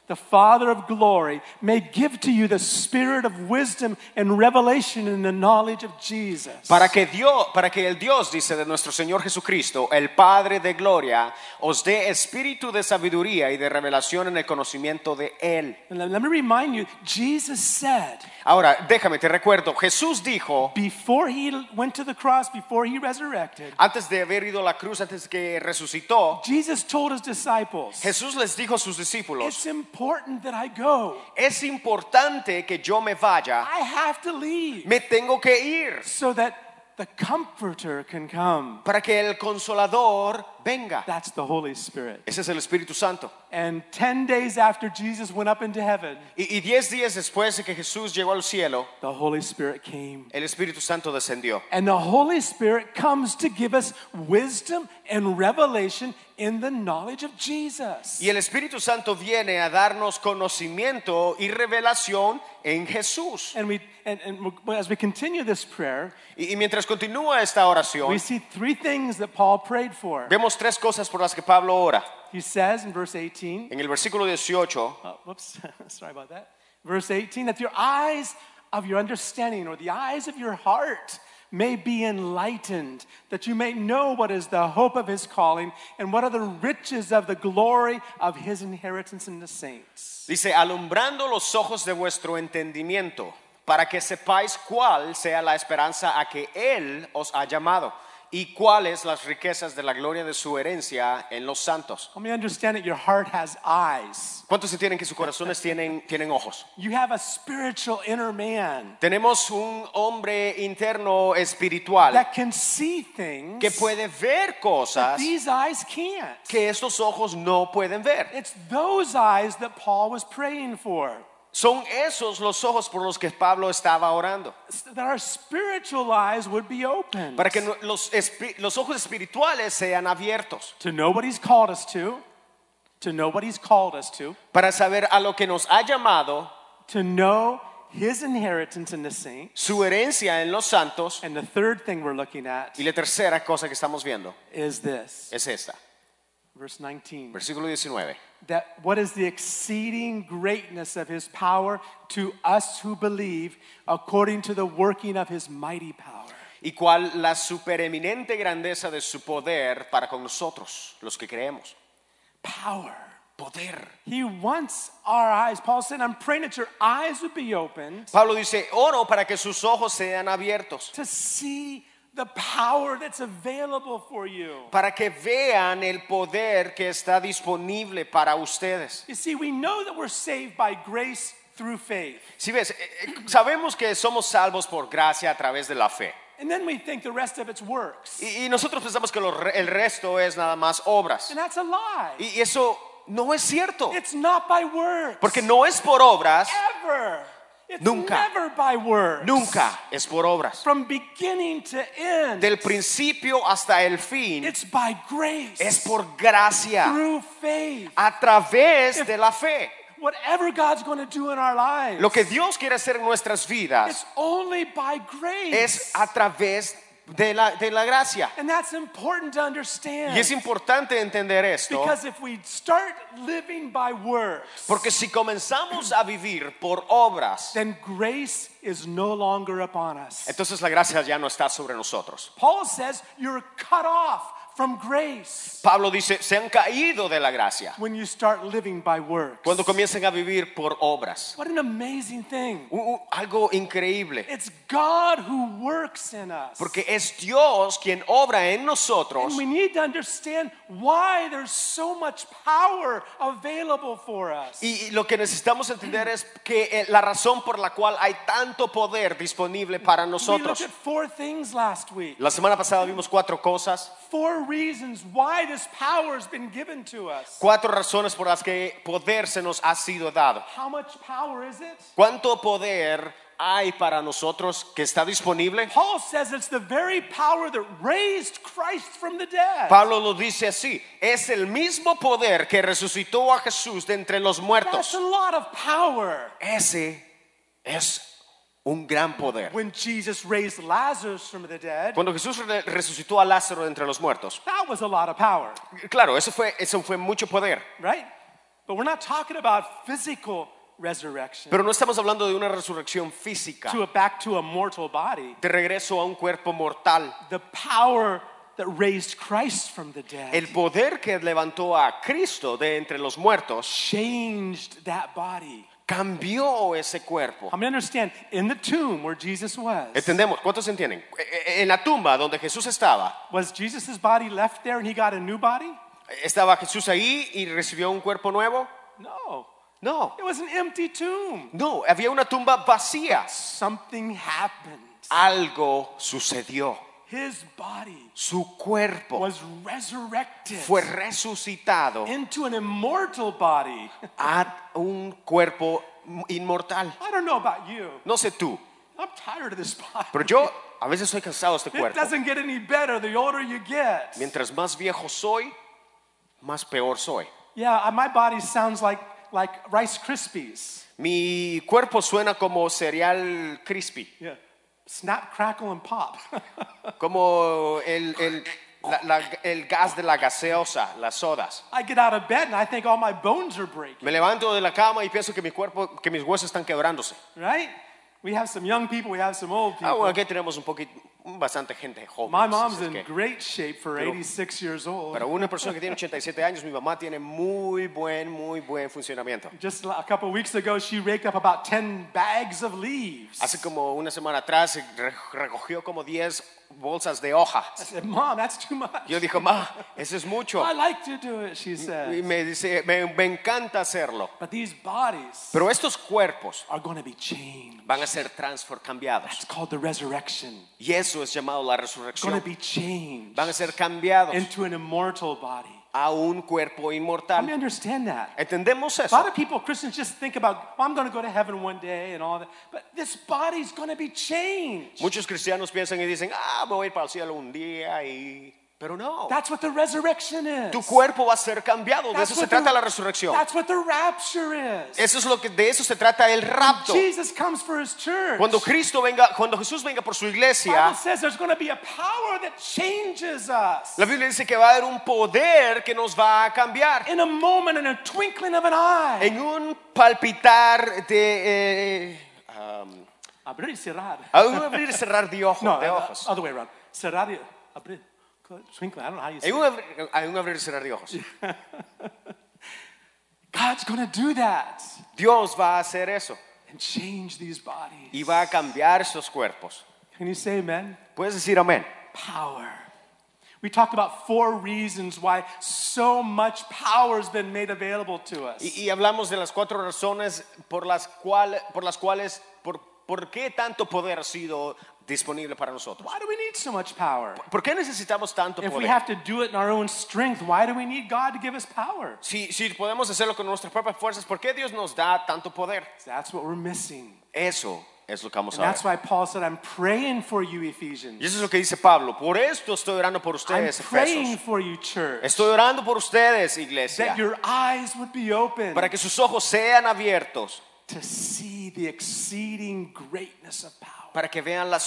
S5: the Father of glory, may give to you the spirit of wisdom and revelation in the knowledge of Jesus.
S6: Para que, Dios, para que el Dios, dice de nuestro Señor Jesucristo, el Padre de Gloria, os dé espíritu de sabiduría y de revelación en el conocimiento de Él.
S5: And let let me remind you, Jesus said,
S6: Ahora, déjame, te recuerdo, Jesús dijo,
S5: before he went to the cross, before he resurrected,
S6: antes de haber ido a la cruz, antes que resucitó,
S5: Jesus told his disciples,
S6: Jesús les dijo a sus discípulos,
S5: It's important that I go.
S6: es importante que yo me vaya,
S5: I have to leave
S6: me tengo que ir,
S5: so that the Comforter can come.
S6: para que el consolador venga.
S5: That's the Holy Spirit.
S6: Ese es el Espíritu Santo.
S5: And 10 days after Jesus went up into heaven,
S6: Y, y diez días después de que Jesús llegó al cielo,
S5: the Holy Spirit came.
S6: el Espíritu Santo descendió.
S5: And the Holy Spirit comes to give us wisdom and revelation in the knowledge of Jesus.
S6: Y el Espíritu Santo viene a darnos conocimiento y revelación en Jesús.
S5: And, we, and, and as we continue this prayer,
S6: Y, y mientras continúa esta
S5: we
S6: oración,
S5: see three things that Paul prayed for.
S6: vemos tres cosas por las que Pablo ora.
S5: He says in verse 18,
S6: En el versículo 18,
S5: oh, whoops, sorry about that. Verse 18, that your eyes of your understanding or the eyes of your heart may be enlightened, that you may know what is the hope of his calling and what are the riches of the glory of his inheritance in the saints.
S6: dice, alumbrando los ojos de vuestro entendimiento, para que sepáis cuál sea la esperanza a que Él os ha llamado y cuáles las riquezas de la gloria de su herencia en los santos.
S5: Let me understand that your heart has eyes.
S6: ¿Cuántos entienden que sus corazones tienen, tienen ojos?
S5: You have a spiritual inner man
S6: Tenemos un hombre interno espiritual
S5: that can see things
S6: que puede ver
S5: that
S6: cosas
S5: these eyes can't.
S6: que estos ojos no pueden ver.
S5: It's those eyes that Paul was praying for.
S6: Son esos los ojos por los que Pablo estaba orando.
S5: that our spiritual eyes would be open
S6: Para que no- los, espi- los ojos espirituales sean abiertos.
S5: to know what he's called us to to know what he's called us to
S6: Para saber a lo que nos ha llamado
S5: to know his inheritance in the saints
S6: su herencia en los santos.
S5: and the third thing we're looking at
S6: Y la tercera cosa que estamos viendo
S5: is this
S6: es esta.
S5: verse 19.
S6: Versículo 19.
S5: That what is the exceeding greatness of his power to us who believe according to the working of his mighty power.
S6: Y cuál la supereminente grandeza de su poder para con nosotros, los que creemos.
S5: Power.
S6: Poder.
S5: He wants our eyes. Paul said, I'm praying that your eyes would be opened
S6: Pablo dice, oro para que sus ojos sean abiertos,
S5: to see the power that's available for you.
S6: para que vean el poder que está disponible para ustedes.
S5: You see, we know that we're saved by grace through faith.
S6: Si ves, eh, eh, sabemos que somos salvos por gracia a través de la fe.
S5: And then we think the rest of it's works.
S6: Y, y nosotros pensamos que lo re- el resto es nada más obras.
S5: And that's a lie.
S6: Y eso no es cierto.
S5: It's not by works.
S6: Porque no es por obras,
S5: Ever. It's
S6: Nunca.
S5: never by works.
S6: nunca es por obras.
S5: From beginning to end.
S6: Del principio hasta el fin
S5: It's by grace.
S6: es por gracia,
S5: through faith.
S6: a través de la fe.
S5: Whatever God's going to do in our lives.
S6: Lo que Dios quiere hacer en nuestras vidas
S5: it's only by grace.
S6: es a través de la, de la gracia.
S5: and that's important to understand.
S6: Y es importante entender esto,
S5: because if we start living by works,
S6: porque si comenzamos a vivir por obras,
S5: then grace is no longer upon us.
S6: entonces la gracia ya no está sobre nosotros.
S5: Paul says you're cut off from grace
S6: Pablo dice, se han caído de la gracia
S5: when you start living by works.
S6: cuando comiencen a vivir por obras.
S5: What an amazing thing.
S6: U- u- algo increíble,
S5: It's God who works in us.
S6: porque es Dios quien obra en nosotros
S5: and we need to understand why there's so much power available for us.
S6: Y y lo que necesitamos entender es que eh, la razón por la cual hay tanto poder disponible para
S5: We looked
S6: nosotros.
S5: at four things last week.
S6: La semana pasada vimos cuatro cosas,
S5: Four reasons why this power has been given to us.
S6: cuatro razones por las que poder se nos ha sido dado.
S5: How much power is it?
S6: ¿Cuánto poder hay para nosotros que está disponible?
S5: Paul says it's the very power that raised Christ from the dead.
S6: Pablo lo dice así, es el mismo poder que resucitó a Jesús de entre los
S5: That's
S6: muertos.
S5: a lot of power.
S6: Ese es un gran poder.
S5: When Jesus raised Lazarus from the dead,
S6: Cuando Jesús re- resucitó a Lázaro de entre los muertos,
S5: that was a lot of power,
S6: claro, eso fue, eso fue mucho poder.
S5: right? But we're not talking about physical resurrection
S6: Pero no estamos hablando de una resurrección física,
S5: to a back to a mortal body.
S6: de regreso a un cuerpo mortal.
S5: The power that raised Christ from the dead
S6: El poder que levantó a Cristo de entre los muertos
S5: changed that body.
S6: cambió ese cuerpo.
S5: I'm gonna understand in the tomb where Jesus was.
S6: ¿Entendemos? ¿Cuántos entienden? E- e- En la tumba donde Jesús estaba,
S5: Was Jesus' body left there and he got a new body?
S6: ¿estaba Jesús ahí y recibió un cuerpo nuevo?
S5: No.
S6: No,
S5: It was an empty tomb.
S6: no, había una tumba vacía.
S5: Something happened.
S6: Algo sucedió.
S5: His body
S6: Su cuerpo
S5: was resurrected
S6: fue resucitado
S5: into an immortal body.
S6: a un cuerpo inmortal.
S5: I don't know about you.
S6: No sé tú,
S5: I'm tired of this body.
S6: Pero yo a veces soy cansado de este
S5: it
S6: cuerpo.
S5: doesn't get any better the older you get.
S6: Mientras más viejo soy, más peor soy.
S5: Yeah, I- my body sounds like like Rice Krispies.
S6: Mi cuerpo suena como cereal crispy,
S5: Yeah. Snap, crackle, and pop.
S6: como el, el- la- la- el gas de la gaseosa, las sodas.
S5: I get out of bed and I think all my bones are breaking,
S6: Me levanto de la cama y pienso que mi cuerpo, que mis huesos están quebrándose.
S5: right? We have some young people, we have some old people.
S6: Ah, bueno, aquí tenemos un poquito, bastante gente joven.
S5: My
S6: así es
S5: mom's in
S6: que-
S5: great shape for
S6: Pero-
S5: 86 years old.
S6: para una persona que tiene 87 años, mi mamá tiene muy buen, muy buen funcionamiento.
S5: Just a couple weeks ago, she raked up about 10 bags of leaves. I
S6: Hace como una semana atrás re- recogió como 10 bolsas de hoja.
S5: said, Mom, that's too much.
S6: Yo dije, ma, eso Mm, es mucho.
S5: I like to do it, she
S6: Y
S5: said.
S6: me dice, me, me encanta hacerlo.
S5: But these bodies
S6: Pero estos cuerpos
S5: are going to be changed.
S6: van a ser transfer
S5: It's
S6: cambiados.
S5: called the resurrection.
S6: Y eso es llamado la
S5: It's going
S6: resurrección.
S5: to be changed
S6: Van a ser cambiados
S5: into an immortal body.
S6: a un cuerpo
S5: I mean,
S6: inmortal.
S5: understand that.
S6: ¿Entendemos
S5: A lot
S6: eso?
S5: of people, Christians, just think about, well, I'm going to go to heaven one day and all that. But this body's going to be changed.
S6: Muchos cristianos piensan y dicen, ah, me voy a ir para el cielo un día y Pero no.
S5: That's what the resurrection is.
S6: Tu cuerpo va a ser cambiado. De
S5: That's
S6: eso se
S5: what
S6: trata
S5: the-
S6: la resurrección.
S5: That's what the rapture is.
S6: Eso es lo que de eso se trata el rapto.
S5: Jesus comes for his church.
S6: Cuando Cristo venga, cuando Jesús venga por su
S5: the Bible
S6: iglesia,
S5: says there's going to be a power that changes us.
S6: la Biblia dice que va a haber un poder que nos va a cambiar.
S5: in a moment, in a twinkling of an eye.
S6: En un palpitar de eh, um,
S5: Abrir y cerrar.
S6: a un abrir y cerrar de, ojo-
S5: No,
S6: de
S5: uh,
S6: ojos.
S5: other way around. Cerrar y abrir. Twinkling. I don't know how you say
S6: En
S5: it.
S6: un, abrir, hay un abrir y cerrar de ojos.
S5: God's going to do that
S6: Dios va a hacer eso
S5: and change these bodies.
S6: y va a cambiar esos cuerpos.
S5: Can you say amen?
S6: Puedes decir amén.
S5: Power. We talked about four reasons why so much power has been made available to us.
S6: Y, y hablamos de las cuatro razones por las, cual, por las cuales, por, por qué tanto poder ha sido disponible para nosotros.
S5: Why do we need so much power?
S6: ¿Por qué necesitamos tanto
S5: If we
S6: poder?
S5: have to do it in our own strength, why do we need God to give us power?
S6: Si, si podemos hacerlo con nuestras propias fuerzas, ¿por qué Dios nos da tanto poder?
S5: That's what we're missing.
S6: Eso es lo que vamos
S5: And
S6: a
S5: that's
S6: ver.
S5: why Paul said, I'm praying for you, Ephesians.
S6: Y eso es lo que dice Pablo. Por esto estoy orando por
S5: I'm
S6: ustedes,
S5: praying
S6: Efesios.
S5: for you, church,
S6: Estoy orando por ustedes, iglesia,
S5: that your eyes would be open
S6: para que sus ojos sean abiertos,
S5: to see the exceeding greatness of power.
S6: para que vean la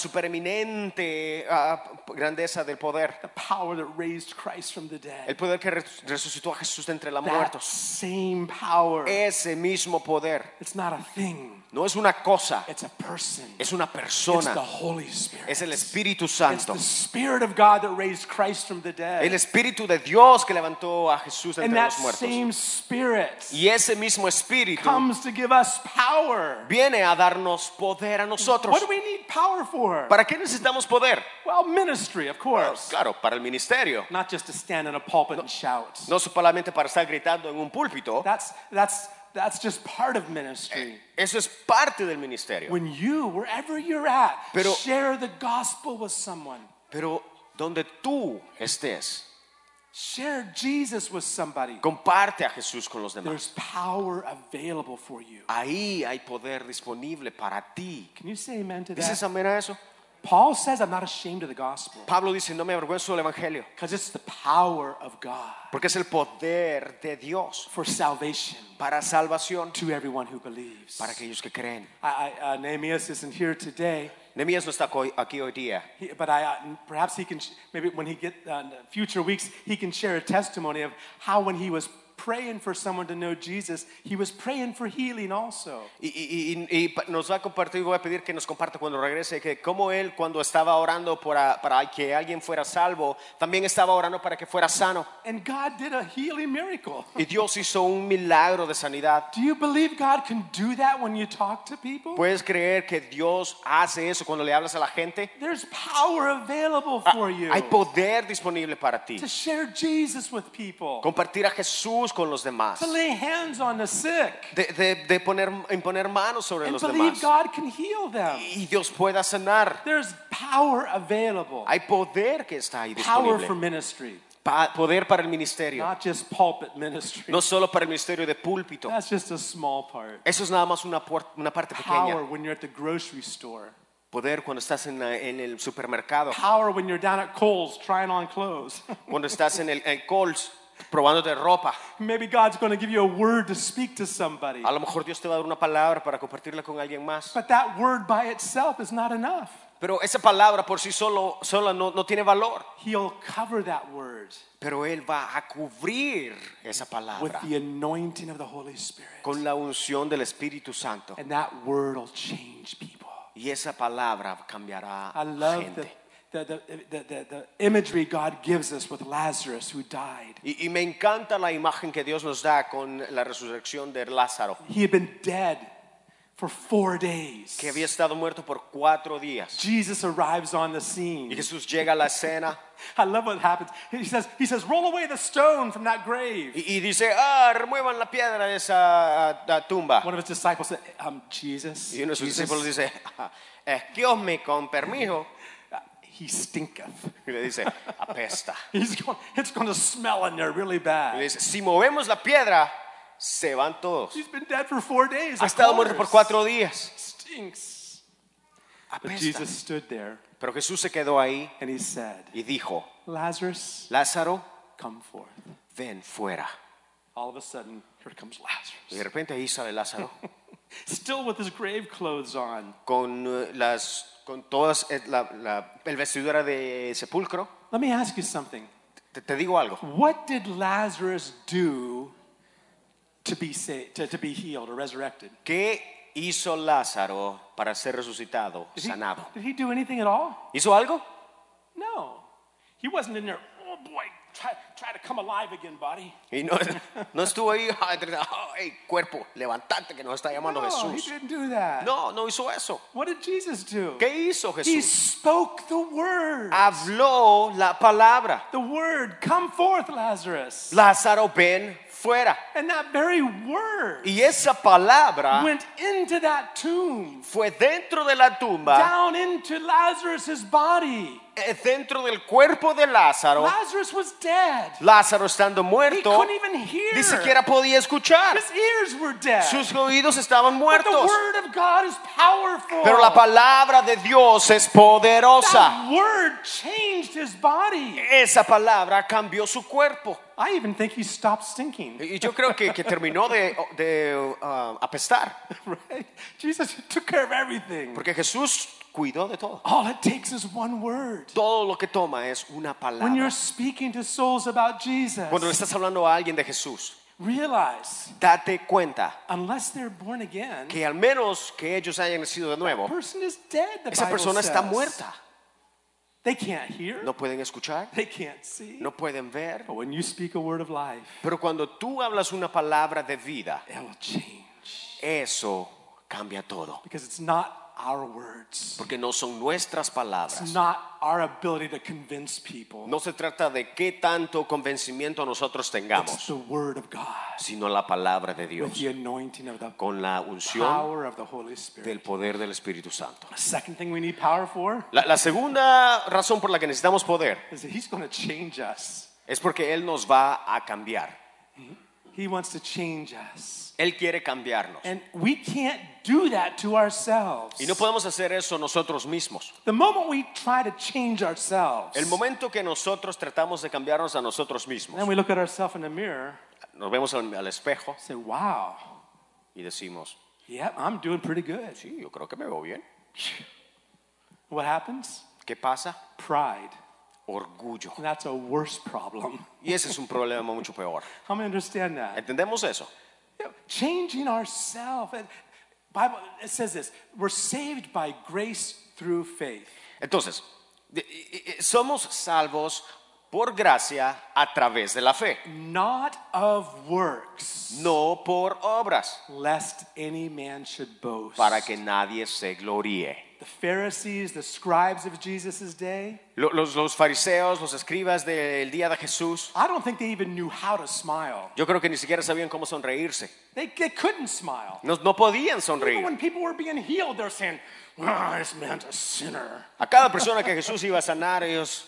S6: supereminente ah, grandeza del poder,
S5: The power that raised Christ from the
S6: el
S5: dead.
S6: poder que res- resucitó a Jesús de entre los
S5: That
S6: muertos.
S5: same power.
S6: Ese mismo poder
S5: It's not a thing,
S6: no es una cosa,
S5: it's a person.
S6: es una
S5: It's the
S6: persona,
S5: Holy Spirit.
S6: es el Espíritu
S5: It's
S6: Santo,
S5: the Spirit of God that raised Christ from the
S6: el
S5: dead.
S6: Espíritu de Dios que levantó a Jesús de
S5: And
S6: entre
S5: that
S6: los muertos.
S5: same Spirit
S6: Y ese mismo Espíritu
S5: comes to give us power.
S6: viene a darnos poder a nosotros.
S5: What do we need power for?
S6: ¿Para qué necesitamos poder?
S5: Well, ministry, of course.
S6: Claro, para el ministerio,
S5: Not just to stand in a pulpit and shout.
S6: no solamente para estar gritando en un púlpito,
S5: That's that's that's just part of ministry.
S6: eso es parte del ministerio.
S5: When you, wherever you're at,
S6: Pero-
S5: share the gospel with someone.
S6: Pero donde tú estés,
S5: Share Jesus with somebody.
S6: comparte a Jesús con los demás.
S5: There's power available for you.
S6: Ahí hay poder disponible para ti.
S5: Can you say amen to
S6: ¿Dices
S5: that?
S6: amén a eso?
S5: Paul says, I'm not ashamed of the gospel
S6: Pablo dice, no me avergüenzo del Evangelio,
S5: because it's the power of God
S6: porque es el poder de Dios
S5: for salvation
S6: para salvación,
S5: to everyone who believes.
S6: para aquellos que creen.
S5: I, I, uh, Nehemias isn't here today,
S6: Nehemías no está co- aquí hoy día,
S5: he, but I, uh, perhaps he can, sh- maybe when he get uh, in the future weeks, he can share a testimony of how when he was praying for someone to know Jesus, he was praying for healing also.
S6: Y, y- y- y pa- nos va a compartir, voy a pedir que nos comparta cuando regrese, que como él cuando estaba orando para, para que alguien fuera salvo, también estaba orando para que fuera sano.
S5: And God did a healing miracle.
S6: Y Dios hizo un milagro de sanidad.
S5: Do you believe God can do that when you talk to people?
S6: ¿Puedes creer que Dios hace eso cuando le hablas a la gente?
S5: There's power available
S6: Ah,
S5: for you
S6: Hay poder disponible para ti.
S5: to share Jesus with people,
S6: Compartir a Jesús con los demás.
S5: to lay hands on the sick,
S6: De, de- de poner, imponer manos sobre
S5: and
S6: los
S5: believe
S6: demás.
S5: God can heal them.
S6: Y Dios pueda sanar.
S5: There's power available.
S6: Hay poder que está ahí
S5: Power for
S6: disponible.
S5: ministry,
S6: Pa- poder para el ministerio.
S5: not just pulpit ministry.
S6: No solo para el ministerio de púlpito.
S5: That's just a small part.
S6: Eso es nada más una, puer- una parte
S5: Power
S6: pequeña.
S5: when you're at the grocery store.
S6: Poder cuando estás en, la- en el supermercado,
S5: Power when you're down at Kohl's trying on clothes.
S6: cuando estás en el en Kohl's probándote ropa.
S5: Maybe God's going to give you a word to speak to somebody.
S6: A lo mejor Dios te va a dar una palabra para compartirla con alguien más.
S5: But that word by itself is not enough.
S6: Pero esa palabra por sí solo, sola no, no tiene valor.
S5: He'll cover that word
S6: Pero Él va a cubrir esa
S5: with
S6: palabra
S5: the anointing of the Holy Spirit.
S6: con la unción del Espíritu Santo.
S5: And that word will change people.
S6: Y esa palabra cambiará
S5: I
S6: a
S5: love the,
S6: gente.
S5: the, the, the, the, the imagery God gives us with Lazarus who died.
S6: Y, y me encanta la imagen que Dios nos da con la resurrección de Lázaro,
S5: He had been dead for four days.
S6: que había estado muerto por cuatro días.
S5: Jesus arrives on the
S6: Y
S5: scene.
S6: Jesús llega a la escena
S5: I love what happens. He says, he says, roll away the stone from that grave.
S6: y, y dice, ah, remuevan la piedra de esa ah, da tumba.
S5: One of his disciples said, um, Jesus,
S6: Y uno de sus
S5: Jesus,
S6: discípulos dice, "Ah, excuse me, con permiso.
S5: uh, he stinketh.
S6: Y le dice, apesta.
S5: He's going, it's going to smell in there really
S6: Y
S5: bad.
S6: le dice, si movemos la piedra, se van todos.
S5: He's been dead for four days.
S6: Ha
S5: of
S6: estado muerto por
S5: course.
S6: cuatro días.
S5: Stinks. But
S6: Apesta.
S5: Jesus stood there
S6: Pero Jesús se quedó ahí
S5: and he said,
S6: y dijo,
S5: Lazarus,
S6: Lázaro,
S5: come forth.
S6: ven fuera.
S5: All of a sudden, here comes
S6: Y de
S5: Lazarus.
S6: repente ahí sale Lázaro
S5: Still with his grave clothes on.
S6: con eh, las con todas eh, la, la- el vestidura de sepulcro.
S5: Let me ask you something.
S6: Te, te digo algo.
S5: What did Lazarus do to be, sa- to, to be healed or resurrected?
S6: ¿Qué hizo Lázaro para ser resucitado,
S5: Did he,
S6: sanado?
S5: did he do anything at all?
S6: ¿Hizo algo?
S5: No. He wasn't in there, oh boy, try, try to come alive again, body.
S6: Y no, no estuvo ahí, "Ay, cuerpo, levantate que nos está llamando
S5: No, he
S6: Jesús.
S5: didn't do that.
S6: No, no hizo eso.
S5: What did Jesus do?
S6: ¿Qué hizo
S5: He
S6: Jesús? Ah.
S5: spoke the word.
S6: Habló la palabra.
S5: The word, come forth, Lazarus.
S6: Lázaro, ven fuera.
S5: And that very word
S6: Y Ah. esa palabra
S5: went into that tomb,
S6: fue dentro de la tumba,
S5: down into Lazarus's body.
S6: eh, dentro del cuerpo de Lázaro.
S5: Lazarus was dead.
S6: Lázaro estando
S5: He
S6: muerto,
S5: couldn't even hear.
S6: ni siquiera podía escuchar.
S5: His ears were dead.
S6: Sus oídos estaban
S5: but the
S6: muertos.
S5: word of God is powerful.
S6: Pero la palabra de Dios es poderosa.
S5: that word changed his body.
S6: Esa palabra cambió su cuerpo.
S5: I even think he stopped stinking.
S6: Y yo creo que, que terminó de, de, uh, apestar.
S5: Right? Jesus took care of everything.
S6: Porque Jesús cuidó de todo.
S5: All it takes is one word.
S6: Todo lo que toma es una
S5: When you're
S6: palabra.
S5: speaking to souls about Jesus,
S6: Cuando le estás hablando a alguien de Jesús,
S5: realize
S6: date cuenta
S5: unless they're born again,
S6: que al menos que ellos hayan nacido de
S5: the
S6: nuevo,
S5: person is dead. The
S6: esa
S5: Bible
S6: persona está
S5: says.
S6: muerta.
S5: They can't hear.
S6: No pueden escuchar,
S5: They can't see.
S6: no pueden ver.
S5: But when you speak a word of life,
S6: Pero cuando tú hablas una palabra de vida,
S5: it will change.
S6: eso cambia todo.
S5: Because it's not our words.
S6: Porque no son nuestras palabras.
S5: It's not our ability to convince people.
S6: No se trata de qué tanto convencimiento nosotros
S5: It's
S6: tengamos,
S5: the word of God
S6: sino la palabra de
S5: with
S6: Dios,
S5: the anointing of the
S6: con la unción
S5: power of the Holy
S6: del
S5: Spirit.
S6: poder del Espíritu Santo.
S5: The second thing we need power for
S6: La, la segunda razón por la que necesitamos poder
S5: is that He's going to change us.
S6: es porque Él nos va a cambiar.
S5: He wants to change us.
S6: Él quiere cambiarnos.
S5: And we can't do that to ourselves.
S6: Y no podemos hacer eso nosotros mismos.
S5: The moment we try to change ourselves,
S6: El momento que nosotros tratamos de cambiarnos a nosotros
S5: then
S6: mismos,
S5: we look at ourselves in the mirror
S6: nos vemos al, al espejo
S5: and say, wow,
S6: y decimos,
S5: yep, I'm doing pretty good.
S6: sí, yo creo que me veo bien.
S5: What happens?
S6: ¿Qué pasa?
S5: Pride.
S6: Orgullo.
S5: And that's a worse problem.
S6: Y ese es un problema mucho peor.
S5: How many understand that?
S6: ¿Entendemos eso?
S5: Yeah, changing ourselves and bible it says this we're saved by grace through faith
S6: Entonces, de- y- y- somos salvos por gracia a través de la fe,
S5: not of works
S6: no por obras,
S5: lest any man should boast
S6: para que nadie se gloríe.
S5: the pharisees the scribes of jesus' day
S6: Lo- Los, los fariseos, los escribas del día de Jesús,
S5: i don't think they even knew how to smile
S6: yo creo que ni siquiera sabían cómo sonreírse.
S5: they, they couldn't smile
S6: No, no podían
S5: even
S6: sonreír.
S5: when people were being healed they're saying "Ah, this man's a sinner
S6: A cada persona que Jesús iba a sanar, ellos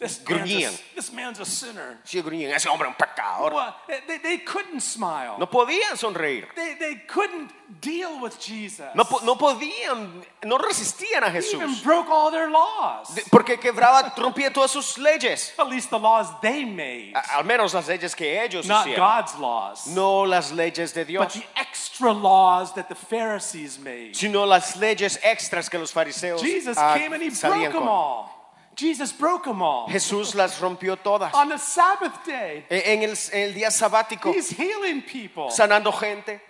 S5: this man's a,
S6: gruñían.
S5: this man's a sinner
S6: Sí, gruñían. Ese hombre es un pecador.
S5: Well, they, they couldn't smile
S6: No podían sonreír.
S5: They, they couldn't deal with Jesus.
S6: No, po- no podían, no resistían a
S5: He even
S6: Jesús.
S5: broke all their laws.
S6: de- Porque quebraba, rompía todas sus leyes.
S5: At least the laws they made,
S6: A- Al menos las leyes que ellos
S5: not
S6: hicieron.
S5: God's laws.
S6: No las leyes de
S5: But
S6: Dios,
S5: the extra laws that the Pharisees made.
S6: sino las leyes extras que los fariseos
S5: Jesus
S6: ah,
S5: came and he broke
S6: salían
S5: them
S6: con.
S5: all. Jesus broke them all.
S6: Jesús las rompió todas.
S5: On the Sabbath day,
S6: E- En el, en el día sabático,
S5: he's healing people.
S6: sanando gente.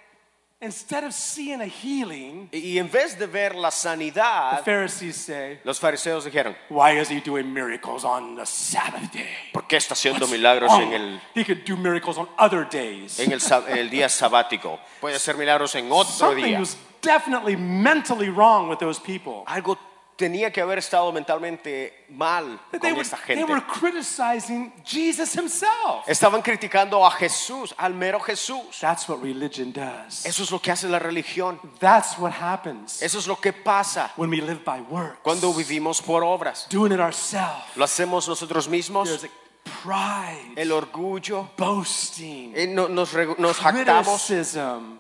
S5: Instead of seeing a healing,
S6: Y y en vez de ver la
S5: the
S6: sanidad,
S5: Pharisees say,
S6: los fariseos dijeron,
S5: Why is he doing miracles on the Sabbath day?
S6: ¿por qué está haciendo
S5: What's
S6: milagros
S5: wrong?
S6: en el,
S5: He could do miracles on other days.
S6: en el, sa- en el día sabático? Puede hacer milagros en otro
S5: Something
S6: día.
S5: was definitely mentally wrong with those people.
S6: Algo tenía que haber estado mentalmente mal
S5: That
S6: con
S5: They were,
S6: esta
S5: they were
S6: gente.
S5: criticizing Jesus himself.
S6: Estaban criticando a Jesús, al mero Jesús.
S5: That's what religion does.
S6: Eso es lo que hace la religión.
S5: That's what happens
S6: Eso es lo que pasa
S5: when we live by works.
S6: cuando vivimos por obras.
S5: Doing it ourselves.
S6: Lo hacemos nosotros
S5: There's
S6: mismos,
S5: a pride,
S6: el orgullo,
S5: boasting,
S6: eh, no- nos, re- nos jactamos,
S5: criticism,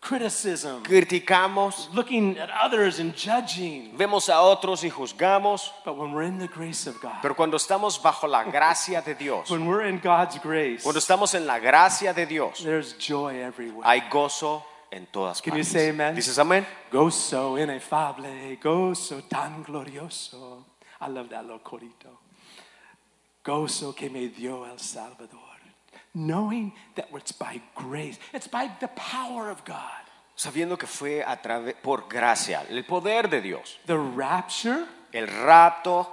S5: criticism,
S6: criticamos,
S5: looking at others and judging.
S6: vemos a otros y juzgamos,
S5: But when we're in the grace of God,
S6: pero cuando estamos bajo la gracia de Dios,
S5: when we're in God's grace,
S6: cuando estamos en la gracia de Dios,
S5: there's joy everywhere.
S6: hay gozo en todas
S5: Can you
S6: partes.
S5: say amen?
S6: ¿Dices amén?
S5: Gozo inefable, gozo tan glorioso. I love that little corito. Gozo que me dio El Salvador. Knowing that it's by grace, it's by the power of God.
S6: Sabiendo que fue a través por gracia, el poder de Dios.
S5: The rapture
S6: El rapto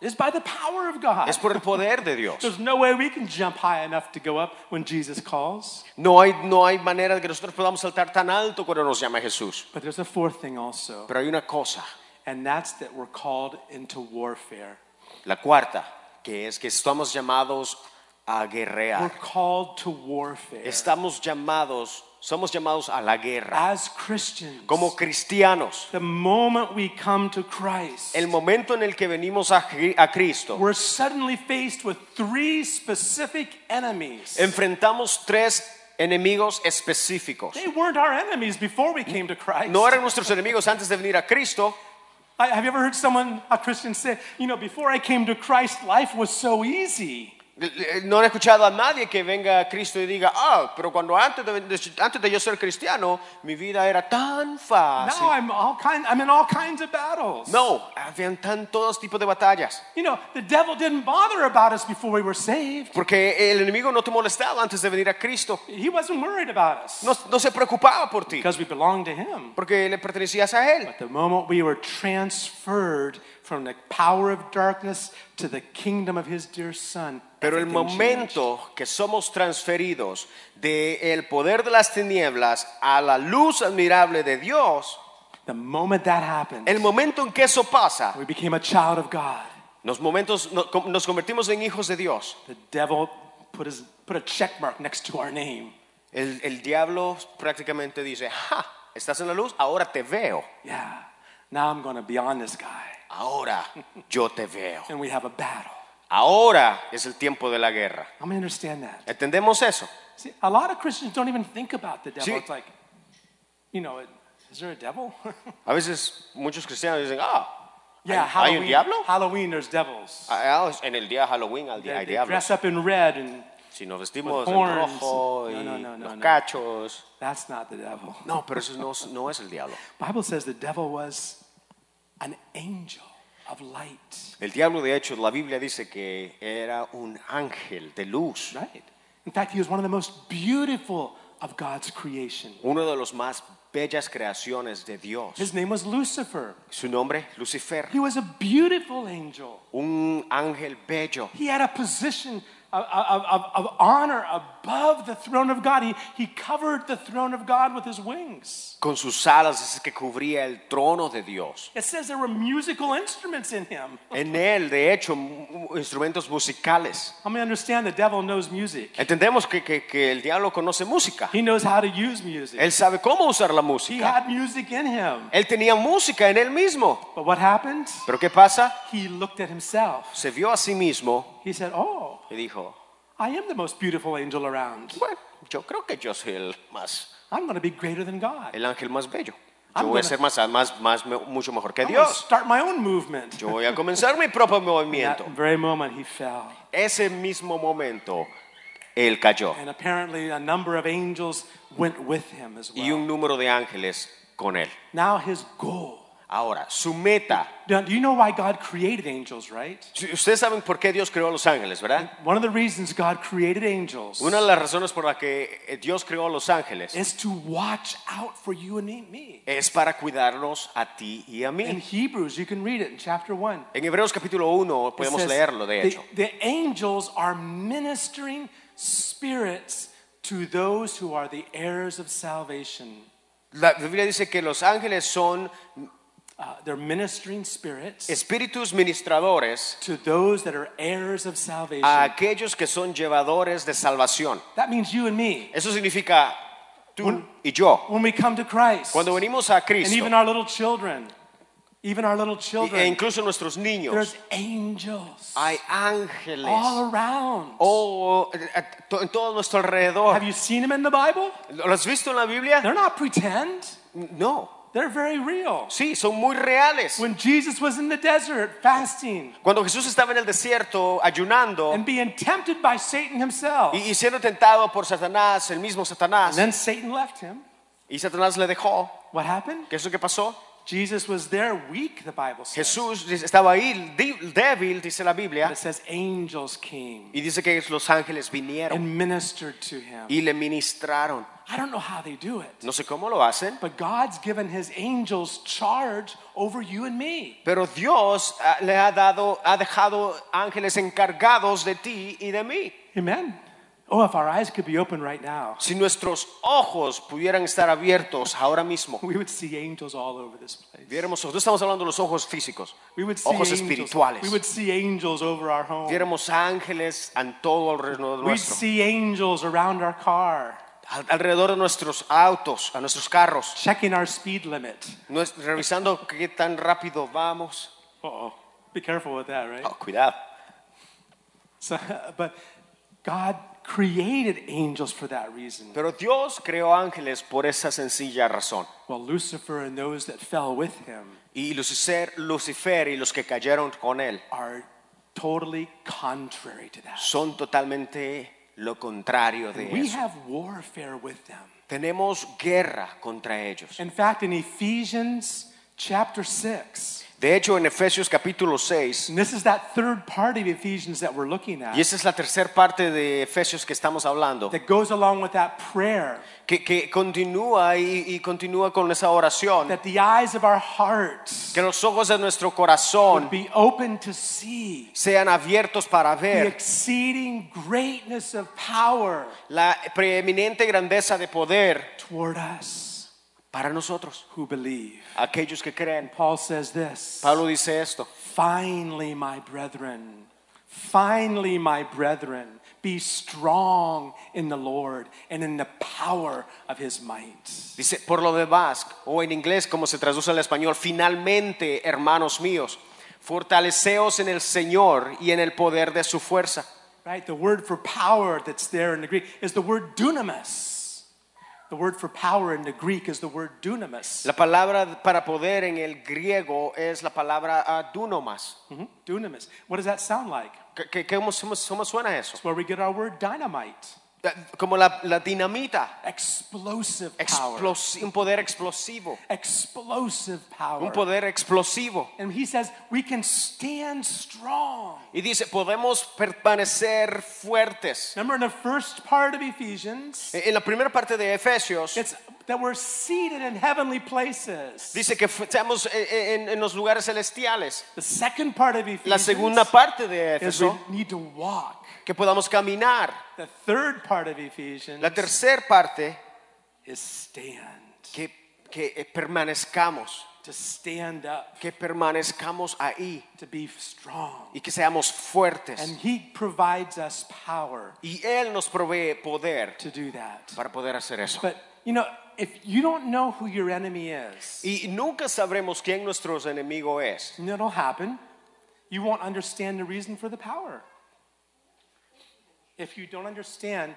S5: is by the power of God.
S6: es por el poder de Dios.
S5: There's no way we can jump high enough to go up when Jesus calls.
S6: No hay, no hay manera de que nosotros podamos saltar tan alto cuando nos llama Jesús.
S5: But there's a fourth thing also,
S6: Pero hay una cosa,
S5: and that's that we're called into warfare.
S6: la cuarta, que es que estamos llamados a
S5: We're
S6: guerrear.
S5: called to warfare.
S6: Estamos llamados, somos llamados a la guerra.
S5: As Christians,
S6: Como cristianos,
S5: the moment we come to Christ,
S6: el momento en el que venimos a, Cri- a Cristo,
S5: we're suddenly faced with three specific enemies.
S6: enfrentamos tres enemigos específicos.
S5: They weren't our enemies before we came to Christ.
S6: No eran nuestros enemigos antes de venir a Cristo.
S5: I- have you ever heard someone, a Christian, say, you know, before I came to Christ, life was so easy?
S6: Eh, No he escuchado a nadie que venga a Cristo y diga, ah, pero cuando antes de, de- antes de yo ser cristiano, mi vida era tan
S5: Now
S6: fácil.
S5: I'm, all kind, I'm in all kinds of battles.
S6: Ah, No, habían tan todos tipos de batallas.
S5: You know, the devil didn't bother about us before we were saved.
S6: Porque el enemigo no te molestaba antes de venir a Cristo.
S5: He wasn't worried about us
S6: No, no se preocupaba por ti.
S5: because we belonged to him.
S6: Porque le pertenecías a Él.
S5: But the moment we were transferred from the power of darkness to the kingdom of his dear son.
S6: Pero el
S5: everything changed.
S6: momento que somos transferidos del poder de las tinieblas a la luz admirable de Dios,
S5: the moment that happened,
S6: el momento en que eso pasa,
S5: we became a child of God.
S6: nos, momentos, no- nos convertimos en hijos de Dios.
S5: The devil put, his, put a check mark next to our name.
S6: El, el diablo prácticamente dice, ja, estás en la luz, ahora te veo.
S5: Yeah, now I'm going to be on this guy.
S6: Ahora yo te veo.
S5: And we have a battle.
S6: Ahora es el tiempo de la guerra.
S5: I'm going to understand that.
S6: ¿Entendemos eso?
S5: See, a lot of Christians don't even think about the devil.
S6: See-
S5: It's like, you know, it- is there a devil?
S6: A veces muchos cristianos dicen, ah,
S5: yeah,
S6: ¿Hay- hay
S5: Halloween.
S6: un diablo?
S5: Halloween, there's devils.
S6: ah, ah, en el día de Halloween al
S5: They,
S6: día, hay
S5: they
S6: diablos.
S5: dress up in red and
S6: Si nos vestimos
S5: With
S6: en
S5: horns.
S6: rojo y
S5: No, no, no, no,
S6: los
S5: no.
S6: cachos.
S5: That's not the devil.
S6: No, pero eso no, no es el diablo.
S5: Bible says the devil was an angel of light.
S6: El diablo, de hecho, la Biblia dice que era un ángel de luz.
S5: Right? In fact, he was one of the most beautiful of God's creation.
S6: Uno de los más bellas creaciones de Dios.
S5: His name was Lucifer.
S6: Su nombre, Lucifer.
S5: He was a beautiful angel.
S6: Un ángel bello.
S5: He had a position of, of, of- of honor above the throne of God. He, he covered the throne of God with his wings.
S6: Con sus alas es que cubría el trono de Dios.
S5: It says there were musical instruments in him.
S6: En él, de hecho, mu- instrumentos musicales.
S5: How many understand the devil knows music?
S6: Entendemos que, que- que el diablo conoce música.
S5: He knows how to use music.
S6: Él sabe cómo usar la
S5: He
S6: música.
S5: had music in him.
S6: Él tenía música en él mismo.
S5: But what happened?
S6: Pero ¿qué pasa?
S5: He looked at himself.
S6: se vio a sí mismo
S5: He said, Oh,
S6: y dijo,
S5: I am the most beautiful angel around.
S6: bueno, yo creo que yo soy el más,
S5: I'm going to be greater than God.
S6: el ángel más bello.
S5: I'm
S6: Yo voy
S5: gonna-
S6: a ser más, más, más, me- mucho mejor que
S5: I'm going to
S6: Dios.
S5: start my own movement.
S6: Yo voy a comenzar mi propio
S5: In
S6: movimiento.
S5: that very moment, he fell.
S6: Ese mismo momento, él cayó
S5: And apparently, a number of angels went with him as
S6: y un
S5: well.
S6: número de ángeles con él.
S5: Now, his goal.
S6: Ahora, su meta.
S5: Now, do you know why God created angels, right?
S6: Si- Ustedes saben por qué Dios creó a los ángeles, ¿verdad?
S5: One of the reasons God created angels
S6: Una de las razones por las que eh, Dios creó a los ángeles
S5: is to watch out for you and me.
S6: es para cuidarnos a ti y a
S5: In
S6: mí.
S5: Hebrews, you can read it in chapter 1.
S6: En Hebreos capítulo 1
S5: It
S6: podemos
S5: says,
S6: leerlo, de
S5: "The-
S6: hecho.
S5: The, angels are ministering spirits to those who are the heirs of salvation.
S6: La Biblia dice que los ángeles son
S5: Uh, they're ministering spirits
S6: espíritus ministradores
S5: to those that are heirs of salvation.
S6: a aquellos que son llevadores de salvación.
S5: that means you and me.
S6: Eso significa tú y yo.
S5: When we come to Christ,
S6: Cuando venimos a
S5: and
S6: Cristo
S5: even our little children, Even our little
S6: Y- e
S5: children.
S6: incluso nuestros niños.
S5: There's angels
S6: Hay ángeles
S5: all around.
S6: o eh, eh, to- en todo nuestro alrededor.
S5: Have you seen them in the Bible?
S6: ¿Lo has visto en la Biblia?
S5: They're not pretend.
S6: No.
S5: They're very real.
S6: Sí, son muy reales.
S5: When Jesus was in the desert fasting
S6: Cuando Jesús estaba en el desierto ayunando
S5: and being tempted by Satan himself,
S6: y, y siendo tentado por Satanás, el mismo Satanás,
S5: and then Satan left him.
S6: y Satanás le dejó,
S5: What happened?
S6: ¿qué es lo que pasó?
S5: Jesus was there weak, the Bible says.
S6: Jesús dice- estaba ahí di- débil, dice la
S5: But
S6: Biblia,
S5: it says angels came
S6: y dice que los ángeles vinieron
S5: and ministered to him.
S6: y le ministraron.
S5: I don't know how they do it,
S6: No sé cómo lo hacen,
S5: but God's given his angels charge over you and me.
S6: pero Dios ah, le ha dado, ha dejado ángeles encargados de ti y de mí.
S5: Amen. Oh, if our eyes could be open right now,
S6: Si nuestros ojos pudieran estar abiertos ahora mismo,
S5: we would see angels all over this place.
S6: viéramos ojos. No estamos hablando de los ojos físicos,
S5: We would see
S6: ojos
S5: angels.
S6: espirituales.
S5: We would see angels over our home.
S6: Viéramos ángeles en todo alrededor
S5: We'd
S6: nuestro,
S5: see angels around our car,
S6: al- alrededor de nuestros autos, a nuestros carros,
S5: checking our speed limit.
S6: nues- revisando qué tan rápido vamos.
S5: Oh, be careful with that, right?
S6: Oh, cuidado.
S5: So, but God created angels for that reason.
S6: Pero Dios creó ángeles por esa sencilla razón.
S5: Well, Lucifer and those that fell with him
S6: Y Lucifer, Lucifer y los que cayeron con él
S5: are totally contrary to that.
S6: son totalmente lo contrario de
S5: We
S6: eso.
S5: have warfare with them.
S6: Tenemos guerra contra ellos.
S5: In fact, in Ephesians chapter 6,
S6: De hecho, en Efesios capítulo 6,
S5: and this is that third part of Ephesians that we're looking
S6: y
S5: at,
S6: esa es la tercera parte de Efesios que estamos hablando,
S5: that goes along with that prayer
S6: que, que continúa y, y continúa con esa oración,
S5: that the eyes of our hearts
S6: que los ojos de nuestro
S5: would
S6: corazón
S5: be open to see
S6: sean abiertos para
S5: the
S6: ver
S5: exceeding greatness of power
S6: la preeminente grandeza de poder
S5: toward us
S6: para nosotros,
S5: who believe.
S6: aquellos que creen.
S5: Paul says this.
S6: Pablo dice esto.
S5: Finally, my brethren, finally, my brethren, be strong in the Lord and in the power of his might.
S6: Dice, por lo demás, o en inglés como se traduce al español, finalmente, hermanos míos, fortaleceos en el Señor y en el poder de su fuerza.
S5: Right? The word for power that's there in the Greek is the word dunamis. The word for power in the Greek is the word dunamis.
S6: La palabra para poder en el griego es la palabra ah, dunamis.
S5: Mhm, Dunamis. What does that sound like?
S6: ¿Qué- qué- qué- cómo, cómo suena eso?
S5: It's where we get our word dynamite.
S6: Eh, Como la, la dinamita,
S5: Explosive power.
S6: Explos- un poder explosivo,
S5: Explosive
S6: un
S5: power.
S6: poder explosivo.
S5: And he says we can stand strong.
S6: Y dice, podemos permanecer fuertes.
S5: Remember in the first part of Ephesians,
S6: En en la primera parte de Efesios,
S5: it's that we're seated in heavenly places.
S6: Dice que fu- estamos en, en- en los lugares celestiales.
S5: The second part of Ephesians
S6: La segunda parte de
S5: is we
S6: Éfeso,
S5: need to walk.
S6: que podamos caminar.
S5: The third part of Ephesians
S6: La tercera parte,
S5: is stand,
S6: que, que eh, permanezcamos,
S5: to stand up,
S6: que permanezcamos ahí
S5: to be strong.
S6: y que seamos
S5: And
S6: fuertes.
S5: he provides us power
S6: Y Él nos provee poder
S5: to do that.
S6: para poder hacer eso.
S5: But you know, if you don't know who your enemy is,
S6: Y nunca sabremos quién nuestro enemigo es.
S5: and it'll happen, you won't understand the reason for the power. If you don't understand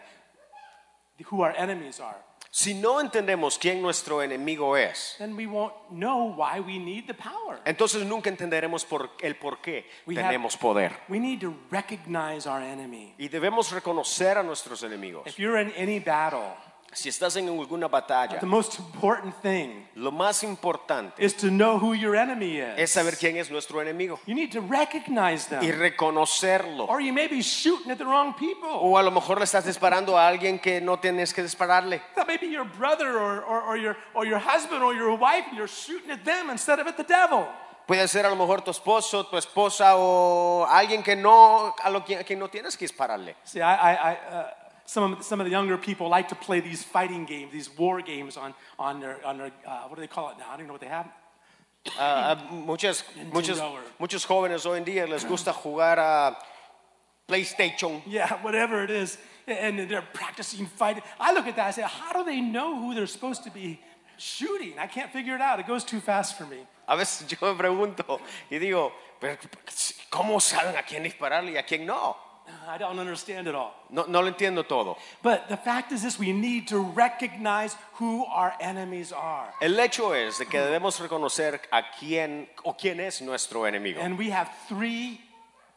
S5: who our enemies are,
S6: Si no entendemos quién nuestro enemigo es,
S5: then we won't know why we need the power.
S6: entonces nunca entenderemos por, el por qué
S5: We have-
S6: tenemos poder.
S5: We need to recognize our enemy.
S6: Y debemos reconocer a nuestros enemigos.
S5: If you're in any battle,
S6: Si estás en alguna batalla,
S5: the most important thing
S6: lo más importante
S5: is to know who your enemy is.
S6: es saber quién es nuestro enemigo
S5: You need to recognize
S6: y
S5: them.
S6: reconocerlo.
S5: Or you may be shooting at the wrong people.
S6: O a lo mejor le estás disparando a alguien que no tienes que dispararle.
S5: That may be your brother or, or, or, your, or your husband or your wife, and you're shooting at them instead of at the devil.
S6: Puede ser a lo mejor tu esposo, tu esposa o alguien que no, a lo que, a quien no tienes que dispararle.
S5: See, I, I, I uh, some of some of the younger people like to play these fighting games, these war games on on their on their uh, what do they call it now? I don't even know what they have.
S6: Ah, ah, muchas, muchos,
S5: Nintendo or-
S6: muchos jóvenes hoy en día les gusta jugar a PlayStation.
S5: Yeah, whatever it is, and they're practicing fighting. I look at that, I say, how do they know who they're supposed to be shooting. I can't figure it out. It goes too fast for me.
S6: A veces yo me pregunto y digo, "Pero, ¿cómo saben a quién dispararle y a quién no?
S5: I don't understand it all.
S6: No, no lo entiendo todo.
S5: But the fact is this we need to recognize who our enemies are.
S6: El hecho es de que debemos reconocer a quién o quién es nuestro enemigo.
S5: And we have three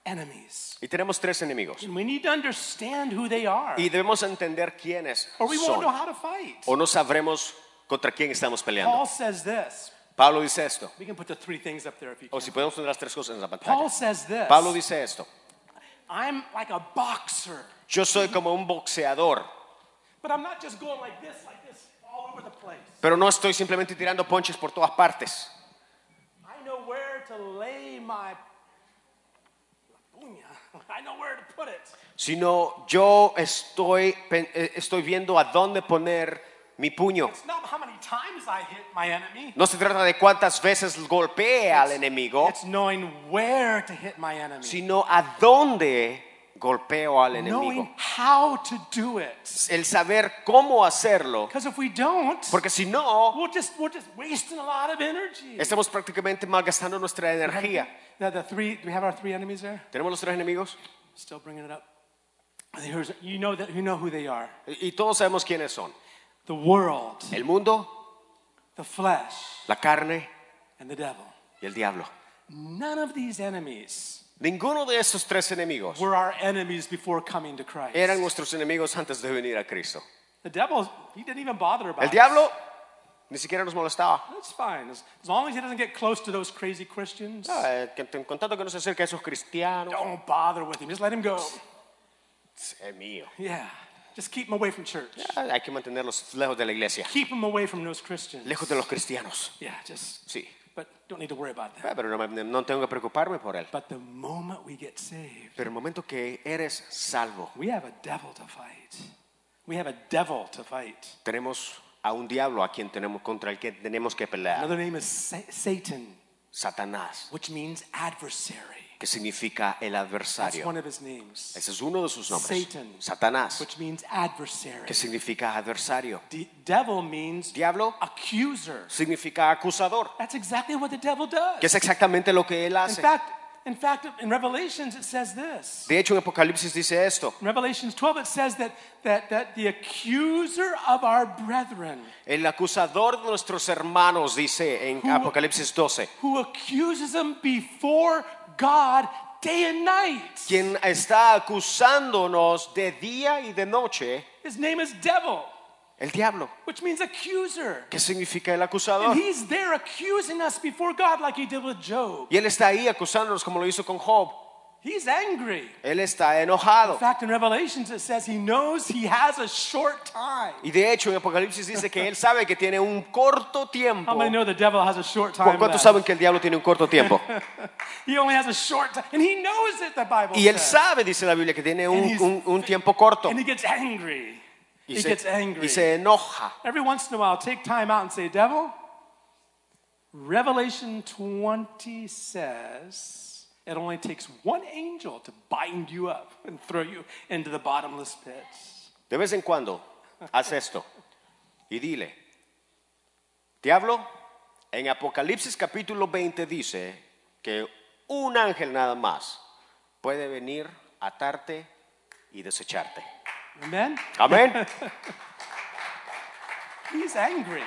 S5: enemies.
S6: Y tenemos tres enemigos.
S5: And we need to understand who they are,
S6: Y debemos entender quiénes
S5: or we won't know
S6: son.
S5: how to fight.
S6: O no sabremos contra quién estamos
S5: Paul
S6: peleando.
S5: says this.
S6: Pablo dice esto.
S5: We can put the three things up there if you
S6: O
S5: can.
S6: si podemos poner las tres cosas en la
S5: Paul
S6: pantalla.
S5: says this.
S6: Oh, Pablo dice esto.
S5: I'm like a boxer,
S6: Yo soy como un boxeador,
S5: but I'm not just going like this, like this, all over the place.
S6: pero no estoy simplemente tirando ponches por todas partes.
S5: I know where to lay my puña. I know where to put it.
S6: Sino yo estoy, pen- eh, estoy viendo a dónde poner mi puño.
S5: It's not how many times I hit my enemy.
S6: No se trata de cuántas veces golpeé al enemigo,
S5: It's knowing where to hit my enemy.
S6: sino a dónde golpeo al
S5: knowing
S6: enemigo.
S5: how to do it.
S6: El saber cómo hacerlo,
S5: Because if we don't,
S6: porque si no,
S5: we'll just we're just wasting a lot of energy.
S6: estamos prácticamente malgastando nuestra energía.
S5: Now the three, do we have our three enemies there?
S6: Tenemos los tres enemigos
S5: Still bringing it up. Here's- you know that you know who they are.
S6: y y todos sabemos quiénes son.
S5: The world,
S6: El mundo,
S5: the flesh,
S6: la carne
S5: and the devil.
S6: y el diablo.
S5: None of these enemies
S6: Ninguno de esos tres enemigos
S5: were our enemies before coming to Christ.
S6: eran nuestros enemigos antes de venir a Cristo.
S5: The devil, he didn't even bother about
S6: El
S5: us.
S6: diablo ni siquiera nos molestaba.
S5: That's fine. As, as long as he doesn't get close to those crazy Christians,
S6: No, eh, que- en tanto que no se acerque a esos cristianos,
S5: don't bother with him. Just let him go.
S6: es mío.
S5: Yeah. Just keep him away from church.
S6: Ah, Hay que mantenerlos lejos de la iglesia,
S5: Keep him away from those Christians.
S6: lejos de los cristianos.
S5: Yeah, just,
S6: Sí,
S5: but don't need to worry about that.
S6: Ah, pero no, me- no tengo que preocuparme por él.
S5: But the moment we get saved,
S6: Pero el momento que eres salvo,
S5: we have a devil to fight. We have a devil to fight.
S6: tenemos a un diablo a quien tenemos contra el que tenemos que pelear,
S5: Another name is Sa- Satan,
S6: Satanás,
S5: which means adversary.
S6: que significa el
S5: That's one
S6: adversario.
S5: of his names.
S6: Ese es uno de sus nombres.
S5: Satan.
S6: Satanás,
S5: Which means adversary.
S6: que significa adversario.
S5: The devil means
S6: Diablo
S5: accuser.
S6: significa acusador,
S5: That's exactly what the devil does.
S6: que es exactamente lo que él
S5: In
S6: hace.
S5: fact, in fact, in Revelations it says this.
S6: De hecho, en Apocalipsis dice esto.
S5: In Revelations 12 it says that that that the accuser of our brethren,
S6: El acusador de nuestros hermanos dice en
S5: Who-
S6: Apocalipsis 12,
S5: who accuses them before God day and night.
S6: quien está acusándonos de día y de noche,
S5: His name is devil,
S6: el diablo,
S5: which means accuser.
S6: que significa el acusador.
S5: And he's there accusing us before God like he did with Job.
S6: Y él está ahí acusándonos como lo hizo con Job.
S5: He's angry.
S6: Él está
S5: In
S6: enojado.
S5: fact, in Revelations it says he knows he has a short time.
S6: Y de hecho, en Apocalipsis dice que él sabe que tiene un corto tiempo.
S5: How many know the devil has a short time?
S6: ¿Cuántos
S5: left?
S6: saben que el diablo tiene un corto tiempo?
S5: He only has a short time, and he knows it. The Bible
S6: Y él
S5: says.
S6: sabe, dice la Biblia, que tiene un,
S5: And he's-
S6: un- un tiempo corto.
S5: And he gets angry.
S6: Y
S5: he
S6: se-
S5: gets angry.
S6: y se enoja.
S5: Every once in a while, take time out and say, Devil, Revelation 20 says it only takes one angel to bind you up and throw you into the bottomless pit.
S6: De vez en cuando, haz esto y dile, diablo, en Apocalipsis capítulo 20 dice que un ángel nada más puede venir, atarte y desecharte.
S5: Amen?
S6: Amén.
S5: He's angry.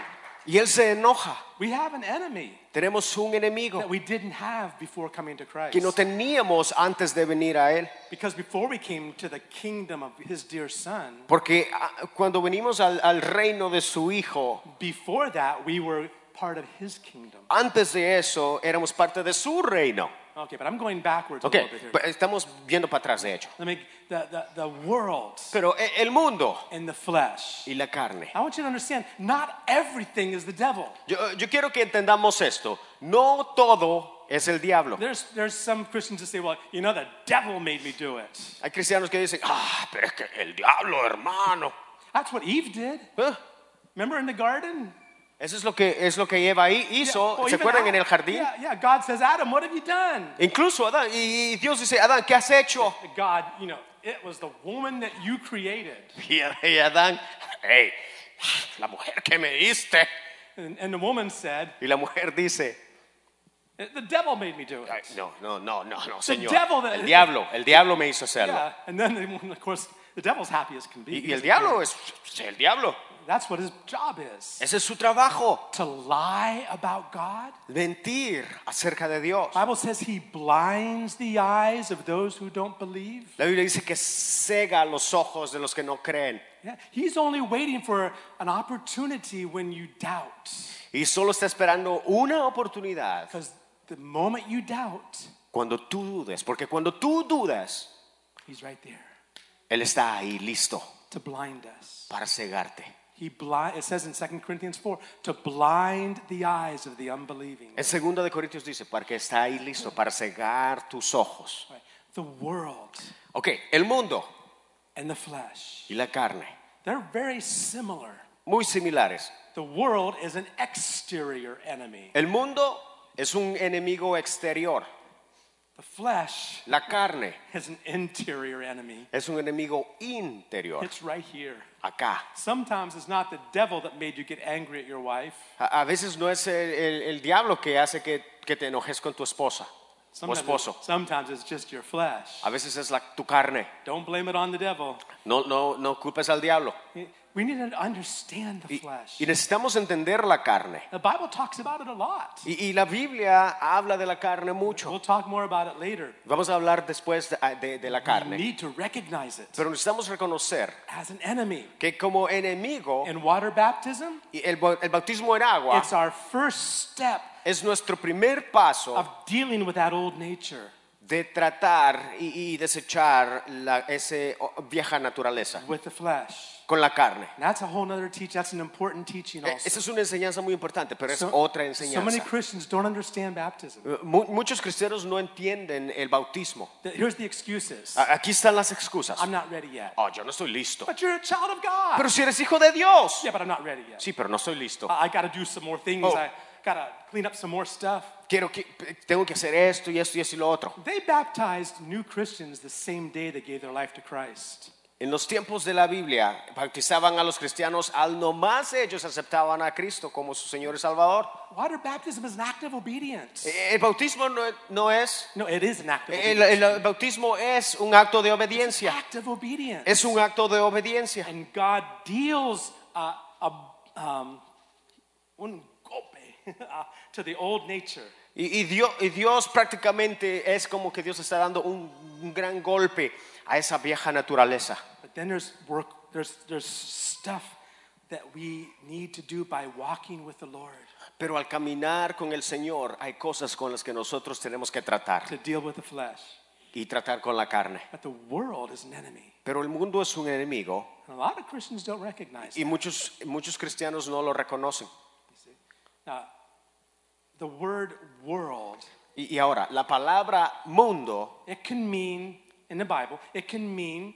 S6: Y él se enoja.
S5: We have an enemy
S6: Tenemos un enemigo
S5: that we didn't have before coming to Christ.
S6: que no teníamos antes de venir a él.
S5: because before we came to the kingdom of his dear son,
S6: Porque ah, cuando venimos al, al reino de su Hijo,
S5: before that, we were part of his kingdom.
S6: antes de eso éramos parte de su reino.
S5: Okay, but I'm going backwards
S6: Ok,
S5: a little bit here.
S6: pe- estamos viendo para atrás de hecho.
S5: Let me, the, the, the world
S6: Pero e- el mundo
S5: and the flesh.
S6: y la carne.
S5: I want you to understand, not everything is the devil.
S6: Yo, yo quiero que entendamos esto. No todo es el diablo.
S5: There's, there's some Christians that say, well, you know, the devil made me do it.
S6: Hay cristianos que dicen, ah, pero es que el diablo, hermano.
S5: That's what Eve did.
S6: ¿Eh?
S5: Remember in the garden?
S6: Eso es lo que es lo que Eva ahí hizo.
S5: or
S6: ¿Se
S5: even
S6: acuerdan en
S5: Adam.
S6: el jardín?
S5: Yeah, yeah, God says, Adam, what have you done?
S6: Incluso Adán y y Dios dice, Adán, ¿qué has hecho?
S5: God, you know, it was the woman that you created.
S6: Y, y Adán, hey, la mujer que me diste.
S5: And, and the woman said,
S6: Y la mujer dice,
S5: The devil made me do it.
S6: "Ay, no, no, no, no, no,
S5: The
S6: señor.
S5: devil that-
S6: El diablo, el diablo me hizo hacerlo.
S5: Yeah. And then, the- of course, the devil's happy as can be.
S6: Y, y el diablo es el diablo.
S5: That's what his job is
S6: Ese es su trabajo.
S5: to lie about God.
S6: Mentir acerca de Dios.
S5: Bible says he blinds the eyes of those who don't believe.
S6: La Biblia dice que cega los ojos de los que no creen.
S5: Yeah. He's only waiting for an opportunity when you doubt.
S6: Y solo está esperando una oportunidad
S5: Because the moment you doubt,
S6: cuando tú dudes. Porque cuando tú dudas,
S5: he's right there
S6: Él está ahí listo
S5: to blind us.
S6: para cegarte.
S5: He blind, it says in 2 Corinthians 4 to blind the eyes of the unbelieving.
S6: En 2 de Corintios dice, porque está ahí listo para cegar tus ojos.
S5: Right. The world
S6: Ok, el mundo
S5: and the flesh,
S6: y la carne,
S5: they're very similar.
S6: muy similares.
S5: The world is an exterior enemy,
S6: El mundo es un enemigo exterior.
S5: the flesh
S6: La carne
S5: is an interior enemy.
S6: es un enemigo interior,
S5: It's right here.
S6: acá.
S5: Sometimes it's not the devil that made you get angry at your wife.
S6: A, a veces no es el, el- el diablo que hace que, que te enojes con tu esposa o
S5: Sometimes,
S6: esposo.
S5: sometimes it's just your flesh.
S6: A veces es la- tu carne.
S5: Don't blame it on the devil.
S6: No, no, no culpes al diablo.
S5: We need to understand the
S6: Y,
S5: flesh.
S6: y necesitamos entender la carne.
S5: The Bible talks about it a lot.
S6: Y, y la Biblia habla de la carne mucho.
S5: We'll talk more about it later.
S6: Vamos a hablar después de, de- de la
S5: We
S6: carne.
S5: need to recognize it
S6: Pero necesitamos reconocer
S5: as an enemy.
S6: que como enemigo,
S5: In water baptism,
S6: y el, bau- el bautismo en agua
S5: it's our first step
S6: es nuestro primer paso
S5: of dealing with that old nature.
S6: de tratar y, y desechar la, ese o- vieja naturaleza
S5: with the flesh.
S6: con la carne.
S5: And that's a whole nother teach. That's an important teaching
S6: E-
S5: also.
S6: Esa es una enseñanza muy importante, pero es
S5: So- so
S6: otra
S5: many
S6: enseñanza. Eh,
S5: Christians don't understand baptism.
S6: Mu- muchos cristianos no entienden el bautismo.
S5: The- Here's the excuses.
S6: A- Aquí están las excusas.
S5: I'm not ready yet.
S6: Oh, yo no estoy listo.
S5: But you're a child of God.
S6: Pero si eres hijo de Dios.
S5: yeah, but I'm not ready yet.
S6: Sí, pero no estoy listo.
S5: I, I got to do some more things.
S6: Oh.
S5: I got to clean up some more stuff.
S6: Quiero que tengo que hacer esto y esto y esto y lo otro.
S5: They baptized new Christians the same day they gave their life to Christ.
S6: En los tiempos de la Biblia bautizaban a los cristianos al nomás ellos aceptaban a Cristo como su Señor y Salvador.
S5: Water baptism is an act of obedience.
S6: Eh, El bautismo no, es- no es
S5: no, it is an act of
S6: el,
S5: obedience.
S6: el bautismo es un acto de
S5: It's an
S6: obediencia.
S5: act of obedience.
S6: Es un acto de obediencia.
S5: and God deals uh, a, um, un golpe uh, to the old nature.
S6: Y, y Dios, y Dios prácticamente es como que Dios está dando un, un gran golpe a esa vieja naturaleza.
S5: But then there's work, there's, there's stuff that we need to do by walking with the Lord
S6: Pero al caminar con el Señor hay cosas con las que nosotros tenemos que tratar
S5: to deal with the flesh.
S6: y tratar con la carne.
S5: But the world is an enemy.
S6: Pero el mundo es un enemigo
S5: And a lot of Christians don't recognize
S6: y
S5: it.
S6: muchos, muchos cristianos no lo reconocen.
S5: Now, the word world,
S6: Y, y ahora, la palabra mundo
S5: it can mean, in the Bible, it can mean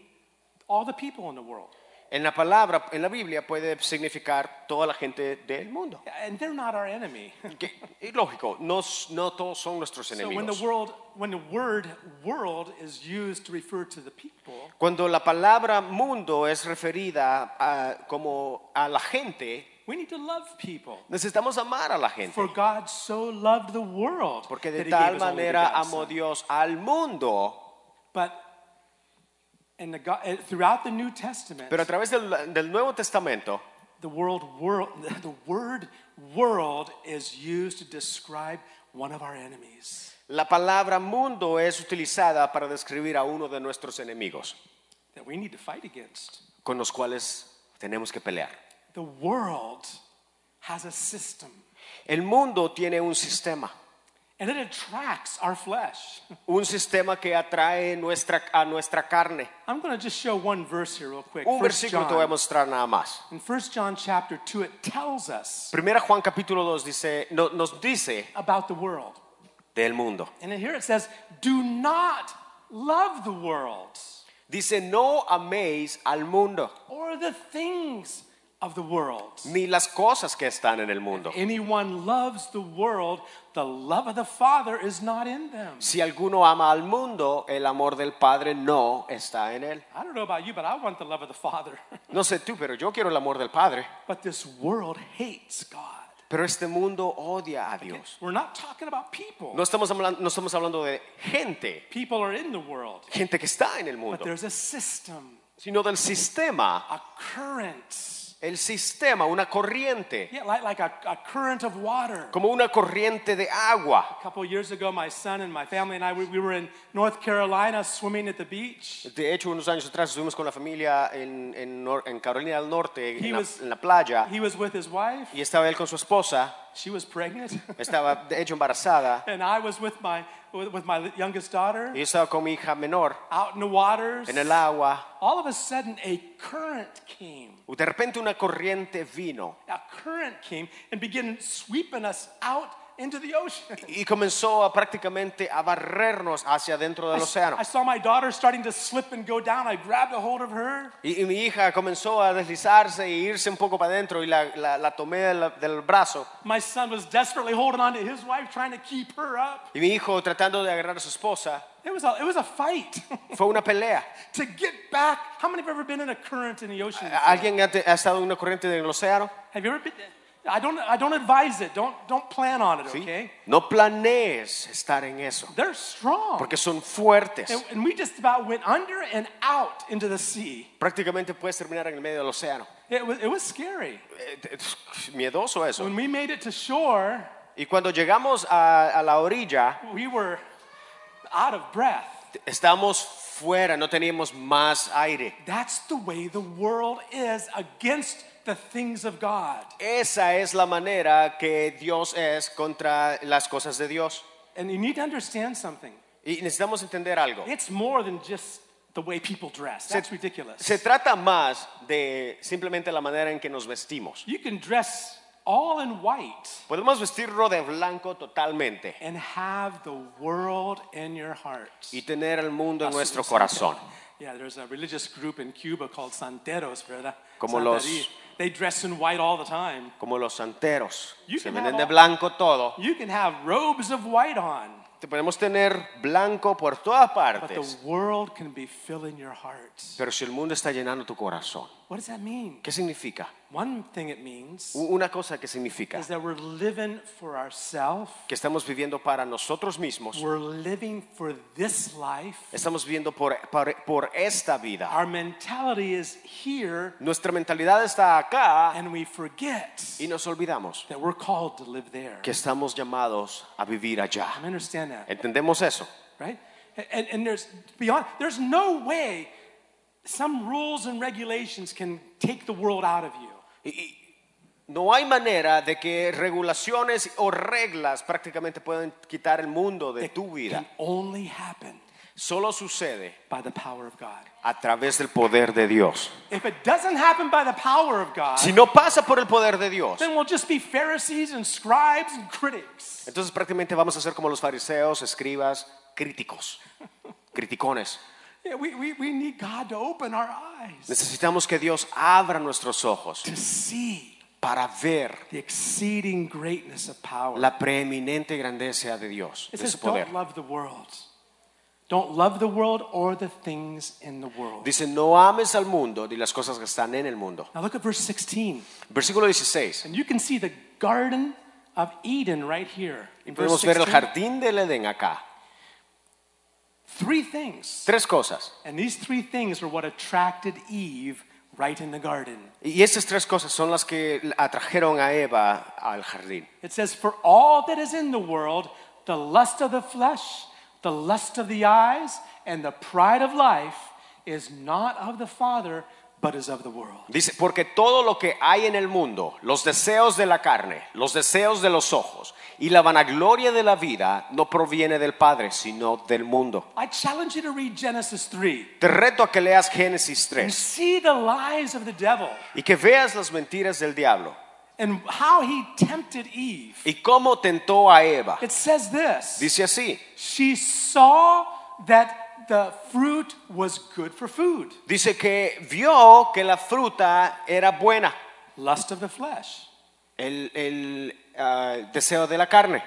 S5: all the people in the world.
S6: en la palabra, en la Biblia puede significar toda la gente del mundo.
S5: And they're not our enemy.
S6: Que- y lógico, no, s- no todos son nuestros
S5: So when the
S6: enemigos.
S5: world, when the word "world" is used to refer to the people,
S6: Cuando la palabra mundo es referida a- como a la gente,
S5: we need to love people.
S6: necesitamos amar a la gente.
S5: For God so loved the world
S6: Porque
S5: that
S6: de
S5: He
S6: tal
S5: gave His only
S6: manera
S5: begotten
S6: amó
S5: Son.
S6: Dios al mundo.
S5: But in the God, eh, throughout the New Testament,
S6: Pero a través del, del Nuevo Testamento,
S5: the world, world, the word "world" is used to describe one of our enemies.
S6: la palabra mundo es utilizada para describir a uno de nuestros enemigos,
S5: That we need to fight against.
S6: con los cuales tenemos que pelear.
S5: The world has a system,
S6: El mundo tiene un sistema,
S5: and it attracts our flesh.
S6: un sistema que atrae nuestra, a nuestra carne.
S5: I'm going to just show one verse here real quick.
S6: Un
S5: 1
S6: versículo te voy a
S5: John.
S6: mostrar nada más.
S5: In 1 John chapter 2, it tells us
S6: Primera Juan capítulo 2 dice, no- nos dice
S5: about the world.
S6: del mundo.
S5: And here it says, do not love the world
S6: Dice, no améis al mundo,
S5: or the things of the world.
S6: ni las cosas que están en el mundo.
S5: Anyone loves the world, the love of the Father is not in them.
S6: Si alguno ama al mundo, el amor del Padre no está en él.
S5: I don't know about you, but I want the love of the Father.
S6: No sé tú, pero yo quiero el amor del Padre.
S5: but this world hates God.
S6: Pero este mundo odia a Dios.
S5: We're not talking about people.
S6: No estamos, hablan- no estamos hablando de gente,
S5: People are in the world,
S6: gente que está en el
S5: but
S6: mundo,
S5: there's a system,
S6: sino del sistema.
S5: a current.
S6: El sistema, una corriente,
S5: Yeah, like, like a, a current of water.
S6: como una corriente de agua.
S5: A couple of years ago, my son and my family and I, we, we were in North Carolina swimming at the beach.
S6: De hecho, unos años atrás estuvimos con la familia en, en Nor- en Carolina del
S5: He
S6: Norte, en la,
S5: was-
S6: en la playa,
S5: He was with his wife.
S6: y estaba él con su esposa,
S5: She was pregnant.
S6: estaba de hecho embarazada,
S5: and I was with my, with, with my youngest daughter
S6: y yo estaba con mi hija menor
S5: out in the waters.
S6: en el agua.
S5: All of a sudden, a current came.
S6: De repente una corriente vino
S5: A current came and began sweeping us out into the ocean.
S6: y comenzó a prácticamente a barrernos hacia dentro
S5: I,
S6: del océano.
S5: I saw my daughter starting to slip and go down. I grabbed a hold of her.
S6: Y, y mi hija comenzó a deslizarse e irse un poco para adentro y la, la- la tomé de la- del brazo.
S5: My son was desperately holding on to his wife, trying to keep her up.
S6: Y mi hijo tratando de agarrar a su esposa.
S5: It was a, it was a fight
S6: Fue una pelea.
S5: to get back. How many have ever been in a current in the ocean? before?
S6: ¿Alguien ha, te- ha estado en una corriente del océano?
S5: Have you ever been? I don't, I don't advise it. Don't, don't plan on it,
S6: Sí.
S5: okay?
S6: No planees estar en eso,
S5: They're strong.
S6: porque son fuertes.
S5: And, and we just about went under and out into the sea.
S6: Prácticamente puedes terminar en el medio del océano.
S5: It was, it was scary.
S6: Eh, eh, Miedoso eso.
S5: When we made it to shore,
S6: Y cuando llegamos a, a la orilla,
S5: we were out of breath.
S6: estamos fuera, no teníamos más aire.
S5: That's the way the world is against the things of God.
S6: Esa es la manera que Dios es contra las cosas de Dios.
S5: And you need to understand something.
S6: Y necesitamos entender algo.
S5: It's more than just the way people dress. That's ridiculous.
S6: Se trata más de simplemente la manera en que nos vestimos.
S5: You can dress all in white
S6: Podemos vestirlo de blanco totalmente
S5: and have the world in your heart.
S6: y tener el mundo en nuestro
S5: Santa-
S6: corazón.
S5: Yeah, there's a religious group in Cuba called Santeros, ¿verdad?
S6: Como los-
S5: Santería. They dress in white all the time.
S6: Como los santeros.
S5: You
S6: Se
S5: can
S6: venden
S5: have
S6: de
S5: all-
S6: blanco todo.
S5: You can have robes of white on,
S6: Te podemos tener blanco por todas
S5: but the
S6: partes.
S5: world can be filling your heart.
S6: Pero si el mundo está llenando tu corazón,
S5: What does that mean?
S6: ¿qué significa?
S5: One thing it means
S6: U- Una cosa que significa
S5: is that we're living for ourselves.
S6: que estamos viviendo para nosotros mismos.
S5: We're living for this life.
S6: Estamos viviendo por, por- por esta vida.
S5: Our mentality is here,
S6: Nuestra mentalidad está acá
S5: and we forget
S6: y nos olvidamos
S5: that we're called to live there.
S6: que estamos llamados a vivir
S5: I
S6: allá.
S5: understand that,
S6: ¿Entendemos eso?
S5: right? And, and there's beyond. There's no way some rules and regulations can take the world out of you.
S6: Y- y no hay manera de que regulaciones o reglas prácticamente puedan quitar el mundo de
S5: It
S6: tu vida.
S5: can only happen
S6: Solo sucede
S5: by the power of God.
S6: a través del poder de Dios.
S5: If it doesn't happen by the power of God,
S6: Si no pasa por el poder de Dios,
S5: then we'll just be Pharisees and scribes and critics.
S6: entonces prácticamente vamos a ser como los fariseos, escribas, críticos, criticones.
S5: Yeah, we, we, we need God to open our eyes
S6: Necesitamos que Dios abra nuestros ojos
S5: to see
S6: para ver
S5: the exceeding greatness of power.
S6: la preeminente grandeza de Dios,
S5: it
S6: de
S5: says,
S6: su poder.
S5: don't love the world. Don't love the world or the things in the world.
S6: Dice, no ames al mundo ni las cosas que están en el mundo.
S5: now look at verse 16.
S6: Versículo 16.
S5: And you can see the Garden of Eden right here.
S6: Y
S5: In verse
S6: podemos ver el
S5: 16.
S6: jardín del Edén acá.
S5: Three things.
S6: Tres cosas.
S5: And these three things were what attracted Eve right in the garden.
S6: Y estas tres cosas son las que atrajeron a Eva al jardín.
S5: It says, For all that is in the world, the lust of the flesh, the lust of the eyes, and the pride of life is not of the Father, but is of the world.
S6: Dice, porque todo lo que hay en el mundo, los deseos de la carne, los deseos de los ojos y la vanagloria de la vida no proviene del Padre, sino del mundo.
S5: I challenge you to read Genesis 3
S6: Te reto a que leas Génesis
S5: and
S6: 3
S5: see the lies of the devil
S6: y que veas las mentiras del diablo
S5: and how he tempted Eve.
S6: y cómo tentó a Eva.
S5: It says this
S6: Dice así,
S5: She saw that the fruit was good for food,
S6: dice que vio que la fruta era buena,
S5: lust of the flesh.
S6: el, el, ah, deseo de la carne.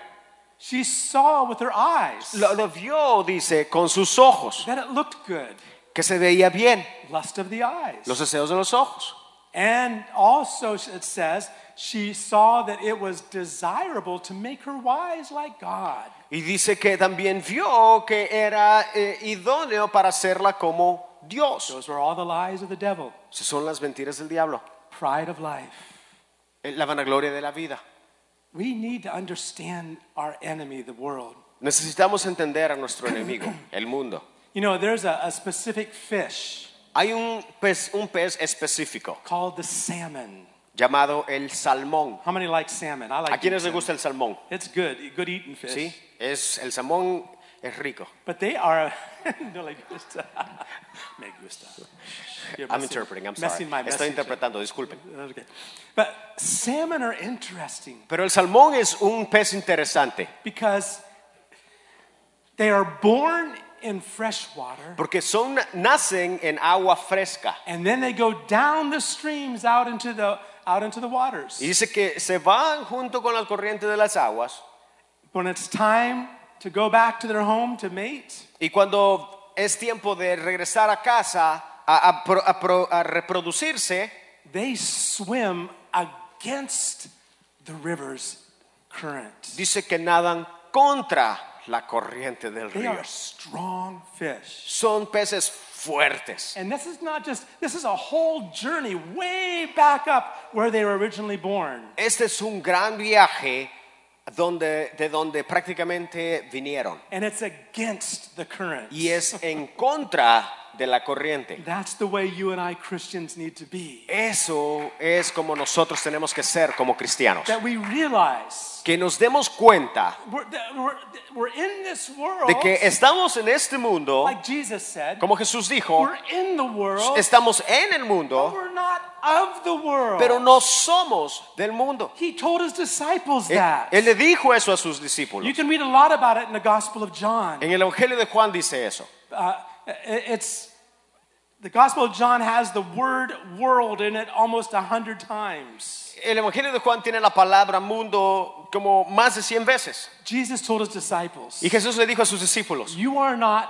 S5: She saw with her eyes
S6: Lo, lo vio, dice, con sus ojos,
S5: that it looked good,
S6: que se veía bien,
S5: lust of the eyes.
S6: los deseos de los ojos
S5: And also, it says, she saw that it was desirable to make her wise like God.
S6: Y dice que también vio que era eh, idóneo para hacerla como Dios.
S5: Those were all the lies of the devil
S6: Esas son las mentiras del diablo,
S5: pride of life.
S6: eh, la vanagloria de la vida.
S5: We need to understand our enemy, the world.
S6: Necesitamos entender a nuestro enemigo, el mundo.
S5: You know, there's a, a specific fish
S6: Hay un pez, un pez específico
S5: called the salmon.
S6: llamado el salmón.
S5: How many like salmon? I like
S6: ¿A quiénes les
S5: eating
S6: gusta el salmón?
S5: salmon. It's good, good eating fish.
S6: Sí, es el salmón es rico.
S5: But they are. no le gusta. Me gusta. You're
S6: I'm
S5: messing-
S6: interpreting, I'm sorry.
S5: messing my
S6: Estoy
S5: message eh. up.
S6: interpretando, disculpen.
S5: Okay. But salmon are interesting
S6: Pero el salmón es un pez interesante
S5: because they are born in fresh water
S6: porque son nacen en agua fresca
S5: and then they go down the streams out into the out into the waters.
S6: y dice que se van junto con las corrientes de las aguas
S5: When it's time to go back to their home to mate,
S6: y cuando es tiempo de regresar a casa a, a pro- a pro- a reproducirse
S5: they swim against the river's current.
S6: dice que nadan contra la corriente del
S5: They
S6: río.
S5: are strong fish.
S6: Son peces fuertes.
S5: And this is not just, this is a whole journey way back up where they were originally born.
S6: Este es un gran viaje donde, de donde prácticamente vinieron
S5: And it's against the current.
S6: y es en contra de la corriente.
S5: That's the way you and I Christians need to be.
S6: Eso es como nosotros tenemos que ser como cristianos.
S5: That we realize
S6: Que nos demos cuenta
S5: we're, that we're, that we're in this world,
S6: de que estamos en este mundo,
S5: like Jesus said,
S6: como Jesús dijo,
S5: we're in the world,
S6: estamos en el
S5: but
S6: mundo,
S5: we're not of the world.
S6: pero no somos del mundo.
S5: he told his disciples
S6: Él,
S5: that.
S6: él le dijo eso a sus
S5: you
S6: discípulos.
S5: can read a lot about it in the Gospel of John.
S6: En el Evangelio de Juan dice eso.
S5: Uh, it- it's the Gospel of John has the word world in it almost a hundred times.
S6: El Evangelio de Juan tiene la palabra mundo como más de 100 veces.
S5: Jesus told his disciples,
S6: Y Jesús le dijo a sus discípulos,
S5: "You are not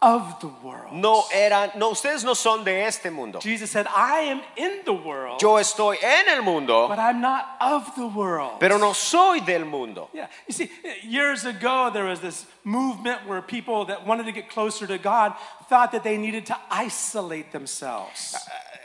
S5: of the world."
S6: no eran, no, ustedes no son de este mundo.
S5: Jesus said, "I am in the world,
S6: Yo estoy en el mundo,
S5: but I'm not of the world."
S6: pero no soy del mundo.
S5: Yeah, you see, years ago there was this movement where people that wanted to get closer to God thought that they needed to isolate
S6: Uh,
S5: themselves.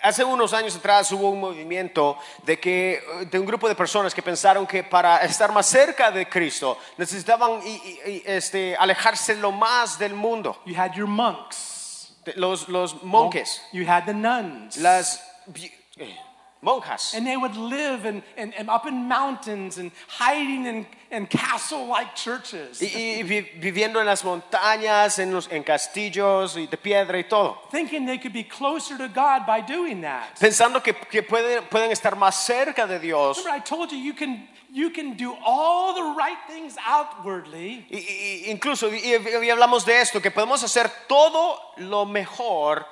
S6: Hace unos años atrás hubo un movimiento de que eh, de un grupo de personas que pensaron que para estar más cerca de Cristo necesitaban y- y- y, este, alejarse lo más del mundo.
S5: You had your monks,
S6: De- Los, los monjes,
S5: you had the nuns,
S6: las vi- eh, monjas.
S5: And they would live in, in, in- up in mountains and hiding in, in castle like churches.
S6: Y, y vi- viviendo en las montañas, en, los, en castillos y de piedra y todo.
S5: Thinking they could be closer to God by doing that.
S6: Pensando que, que pueden, pueden estar más cerca de Dios.
S5: Remember, I told you you can, you can do all the right things outwardly,
S6: Y- y- incluso, y, y hablamos de esto, que podemos hacer todo lo mejor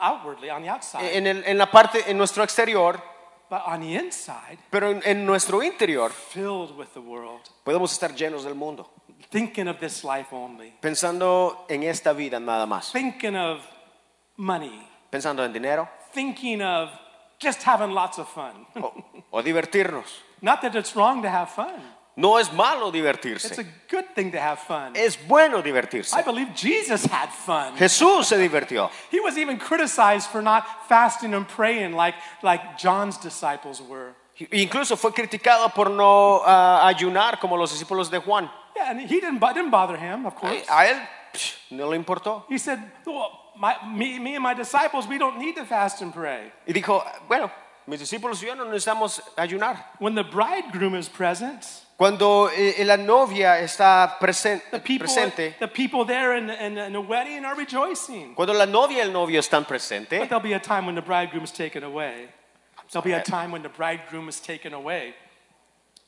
S5: outwardly on the outside,
S6: en, el- en la parte, en nuestro exterior,
S5: but on the inside,
S6: pero en, en nuestro interior
S5: filled with the world,
S6: podemos estar llenos del mundo.
S5: thinking of this life only,
S6: Pensando en esta vida nada más.
S5: thinking of money,
S6: Pensando en dinero
S5: thinking of just having lots of fun.
S6: o, o divertirnos.
S5: Not that it's wrong to have fun,
S6: No es malo
S5: it's a
S6: divertirse.
S5: good thing to have fun.
S6: Es bueno
S5: I
S6: divertirse.
S5: believe Jesus had fun.
S6: Jesús se divirtió.
S5: He was even criticized for not fasting and praying like, like John's disciples were.
S6: Incluso fue criticado por no ah, ayunar como los discípulos de Juan. Eh,
S5: Yeah, and he didn't, bo- didn't bother him, of course.
S6: A él psh, no le importó.
S5: He said, well, my, me, me and my disciples, we don't need to fast and pray.
S6: Y dijo, bueno, mis discípulos y yo no necesitamos ayunar.
S5: When the bridegroom is present,
S6: Cuando eh, la novia está presen-
S5: the people,
S6: presente,
S5: the people there in, in, in the wedding are rejoicing.
S6: cuando la novia y el novio están
S5: But
S6: presentes,
S5: there'll be a time when the bridegroom is taken away. There'll be a time when the bridegroom is taken away.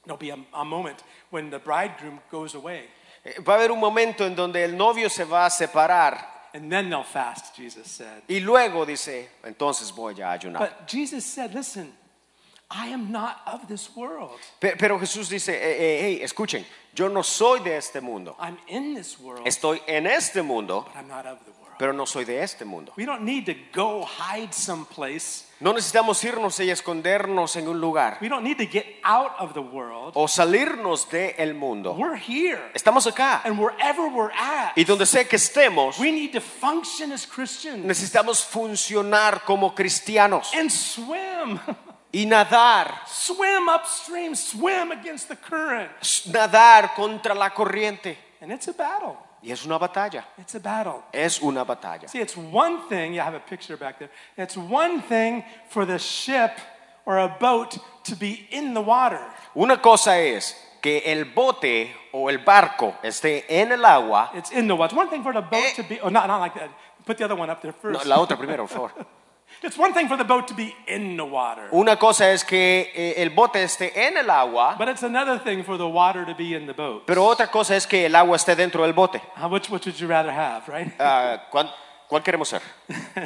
S5: There'll be a, a moment when the bridegroom goes away.
S6: eh, va a haber un momento en donde el novio se va a separar
S5: And then they'll fast, Jesus said.
S6: y luego dice, entonces voy a ayunar.
S5: But Jesus said, Listen, I am not of this world.
S6: Pe- Pero Jesús dice, "Eh, eh, hey, escuchen, yo no soy de este mundo.
S5: I'm in this world,
S6: Estoy en este mundo,
S5: but I'm not of the world.
S6: pero no soy de este mundo.
S5: We don't need to go hide someplace.
S6: No necesitamos irnos y escondernos en un lugar
S5: We don't need to get out of the world.
S6: o salirnos del mundo.
S5: We're here.
S6: Estamos acá
S5: And wherever we're at,
S6: y donde sea que estemos,
S5: we need to function as Christians
S6: necesitamos funcionar como cristianos
S5: and swim.
S6: y nadar,
S5: swim upstream, swim against the current.
S6: s- nadar contra la corriente.
S5: And it's a battle.
S6: Y es una batalla,
S5: It's a battle.
S6: es una batalla.
S5: See, it's one thing, yeah, I have a picture back there. It's one thing for the ship or a boat to be in the water,
S6: Una cosa es que el bote o el barco esté en el agua.
S5: it's in the water. It's one thing for the boat to be, oh, not, not like that. Put the other one up there
S6: Eh. No,
S5: first.
S6: la otra primero, por favor.
S5: It's one thing for the boat to be in the water,
S6: Una cosa es que eh, el bote esté en el agua,
S5: but it's another thing for the water to be in the boat.
S6: pero otra cosa es que el agua esté dentro del bote.
S5: How much, which would you rather have, right?
S6: Ah, ¿cuál, cuál queremos ser?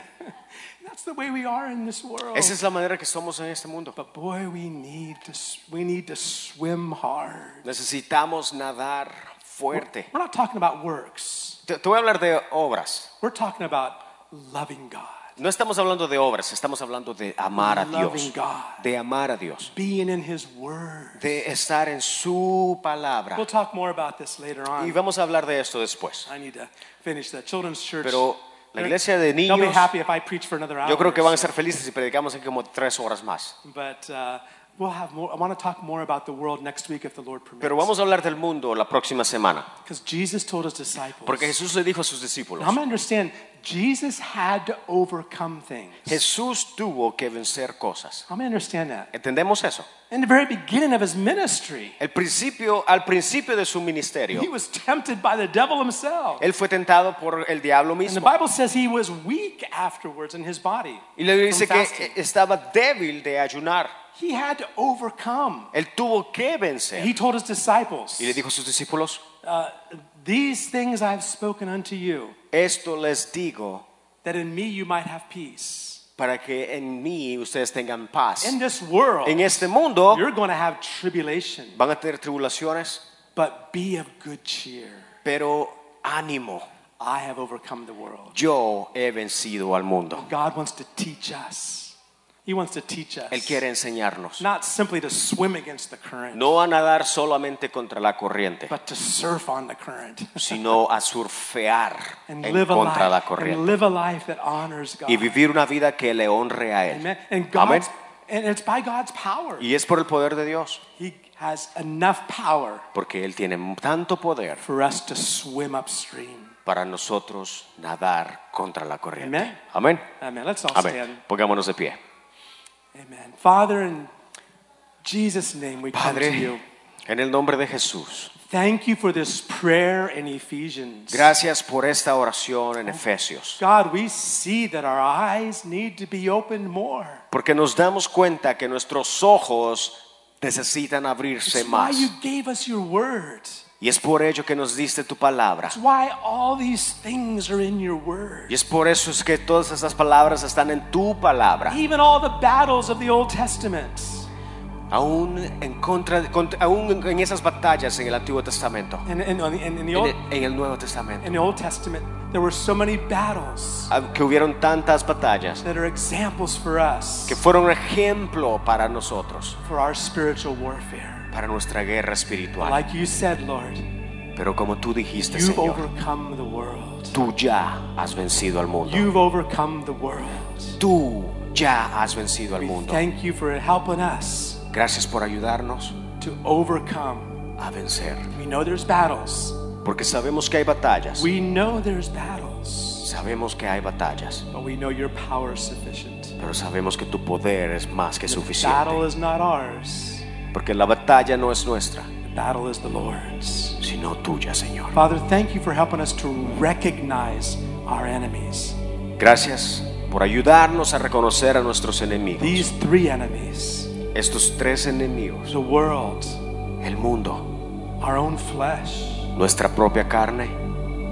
S5: That's the way we are in this world.
S6: Esa es la manera que somos en este mundo.
S5: But boy, we need to s- we need to swim hard.
S6: Necesitamos nadar fuerte.
S5: We're not talking about works.
S6: Te, te voy a hablar de obras.
S5: We're talking about loving God,
S6: No estamos hablando de obras, estamos hablando de amar a
S5: loving
S6: Dios.
S5: God,
S6: De amar a Dios.
S5: being in His Word.
S6: De estar en su palabra.
S5: We'll talk more about this later
S6: Y
S5: on.
S6: vamos a hablar de esto después.
S5: I need to finish that children's church.
S6: Pero la iglesia de
S5: They'll be
S6: niños,
S5: happy if I preach for another hour.
S6: yo creo que
S5: or
S6: van a
S5: so.
S6: ser felices si predicamos en como tres horas más.
S5: But uh, we'll have more. I want to talk more about the world next week if the Lord
S6: Pero
S5: permits.
S6: vamos a hablar del mundo la próxima semana.
S5: Because Jesus told His disciples.
S6: Porque Jesús le dijo a sus discípulos,
S5: Now, I'm going to understand. Jesus had to overcome things.
S6: Jesús tuvo que vencer cosas.
S5: I'm going to understand that.
S6: ¿Entendemos eso?
S5: In the very beginning of his ministry,
S6: El principio, al principio de su ministerio,
S5: he was tempted by the devil himself.
S6: él fue tentado por el diablo
S5: And the
S6: mismo.
S5: Bible says he was weak afterwards in his body.
S6: Y le dice
S5: from
S6: que
S5: fasting.
S6: estaba débil de ayunar.
S5: he had to overcome.
S6: Él tuvo que
S5: And he
S6: vencer.
S5: told his disciples,
S6: Y le dijo a sus discípulos,
S5: uh, These things I've spoken unto you,
S6: esto les digo
S5: that in me you might have peace.
S6: para que en mí ustedes tengan paz.
S5: In this world,
S6: En este mundo
S5: you're going to have tribulation,
S6: van a tener tribulaciones,
S5: but be of good cheer.
S6: pero ánimo.
S5: I have overcome the world.
S6: Yo he vencido al mundo.
S5: God wants to teach us. He wants to teach us.
S6: Él quiere enseñarnos.
S5: Not simply to swim against the current.
S6: No a nadar solamente contra la corriente,
S5: but to surf on the current
S6: sino a surfear
S5: and
S6: en
S5: live a
S6: contra la
S5: life and
S6: corriente
S5: live a life that honors God.
S6: y vivir una vida que le honre a
S5: Amen.
S6: Él.
S5: And
S6: Amén.
S5: God's, and it's by God's power.
S6: Y es por el poder de Dios,
S5: He has enough power
S6: porque Él tiene tanto poder
S5: for us to swim upstream.
S6: para nosotros nadar contra la corriente.
S5: Amen.
S6: Amén.
S5: Amen. Let's all stand.
S6: Amén. Pongámonos de pie.
S5: Amen. Father, in Jesus' name, we come to you.
S6: Padre, en el nombre de Jesús,
S5: Thank you for this prayer in Ephesians.
S6: gracias por esta oración en Efesios.
S5: God, we see that our eyes need to be opened more.
S6: Porque nos damos cuenta que nuestros ojos necesitan abrirse
S5: It's why
S6: más.
S5: you gave us your word.
S6: Y es por ello que nos diste tu palabra.
S5: It's why all these things are in your word.
S6: Y es por eso es que todas estas palabras están en tu palabra.
S5: Even all the battles of the Old Testament.
S6: Aún en, contra, contra- aún en- en esas batallas en el Antiguo Testamento,
S5: And in, in, in, the
S6: en
S5: Old,
S6: el, en el Nuevo Testamento,
S5: in the Old Testament, there were so many battles
S6: Ah, que hubieron tantas batallas
S5: that are examples for us
S6: que fueron un ejemplo para nosotros,
S5: for our spiritual warfare.
S6: para nuestra guerra espiritual.
S5: Like you said, Lord,
S6: Pero como tú dijiste,
S5: you've
S6: Señor,
S5: overcome the world.
S6: tú ya has vencido al mundo.
S5: You've overcome the world.
S6: Tú ya has vencido al
S5: We
S6: mundo.
S5: thank you for helping us
S6: Gracias por ayudarnos
S5: to overcome.
S6: a vencer.
S5: We know there's battles.
S6: Porque sabemos que hay batallas.
S5: We know there's battles.
S6: Sabemos que hay batallas.
S5: But we know your power is sufficient.
S6: Pero sabemos que tu poder es más que
S5: The battle
S6: suficiente.
S5: is not ours,
S6: Porque la batalla no es nuestra,
S5: the battle is the Lord's.
S6: sino tuya, Señor.
S5: Father, thank you for helping us to recognize our enemies,
S6: Gracias por ayudarnos a reconocer a nuestros enemigos.
S5: these three enemies
S6: Estos tres enemigos.
S5: the world,
S6: El mundo,
S5: our own flesh,
S6: nuestra propia carne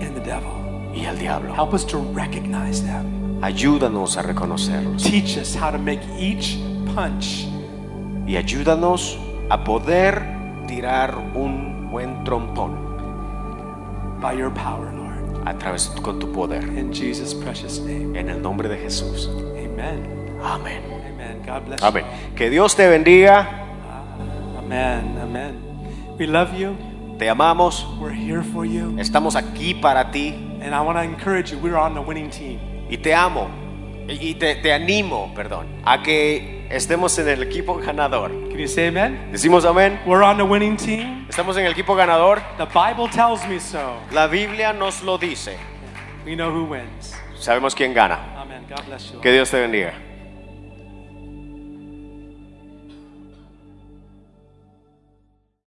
S5: and the devil.
S6: y el diablo.
S5: Help us to recognize them.
S6: Ayúdanos a reconocerlos.
S5: Teach us how to make each punch
S6: y ayúdanos a poder tirar un buen trompón
S5: by your power, Lord.
S6: a través con tu poder.
S5: In Jesus' precious name.
S6: En el nombre de Jesús.
S5: Amen.
S6: Amén.
S5: Amen. God bless
S6: Amén. Que Dios te bendiga.
S5: you. Amen. Amen. We love you.
S6: Te amamos.
S5: We're here for you.
S6: Estamos aquí para ti.
S5: And I want to encourage you. We're on the winning team.
S6: Y te amo. Y y te, te animo, perdón, a que estemos en el equipo ganador.
S5: Can you say amen?
S6: Decimos amén.
S5: We're on the winning team.
S6: Estamos en el equipo ganador.
S5: The Bible tells me so.
S6: La Biblia nos lo dice.
S5: We know who wins.
S6: Sabemos quién gana.
S5: Amen. God bless you. all.
S6: Que Dios te bendiga.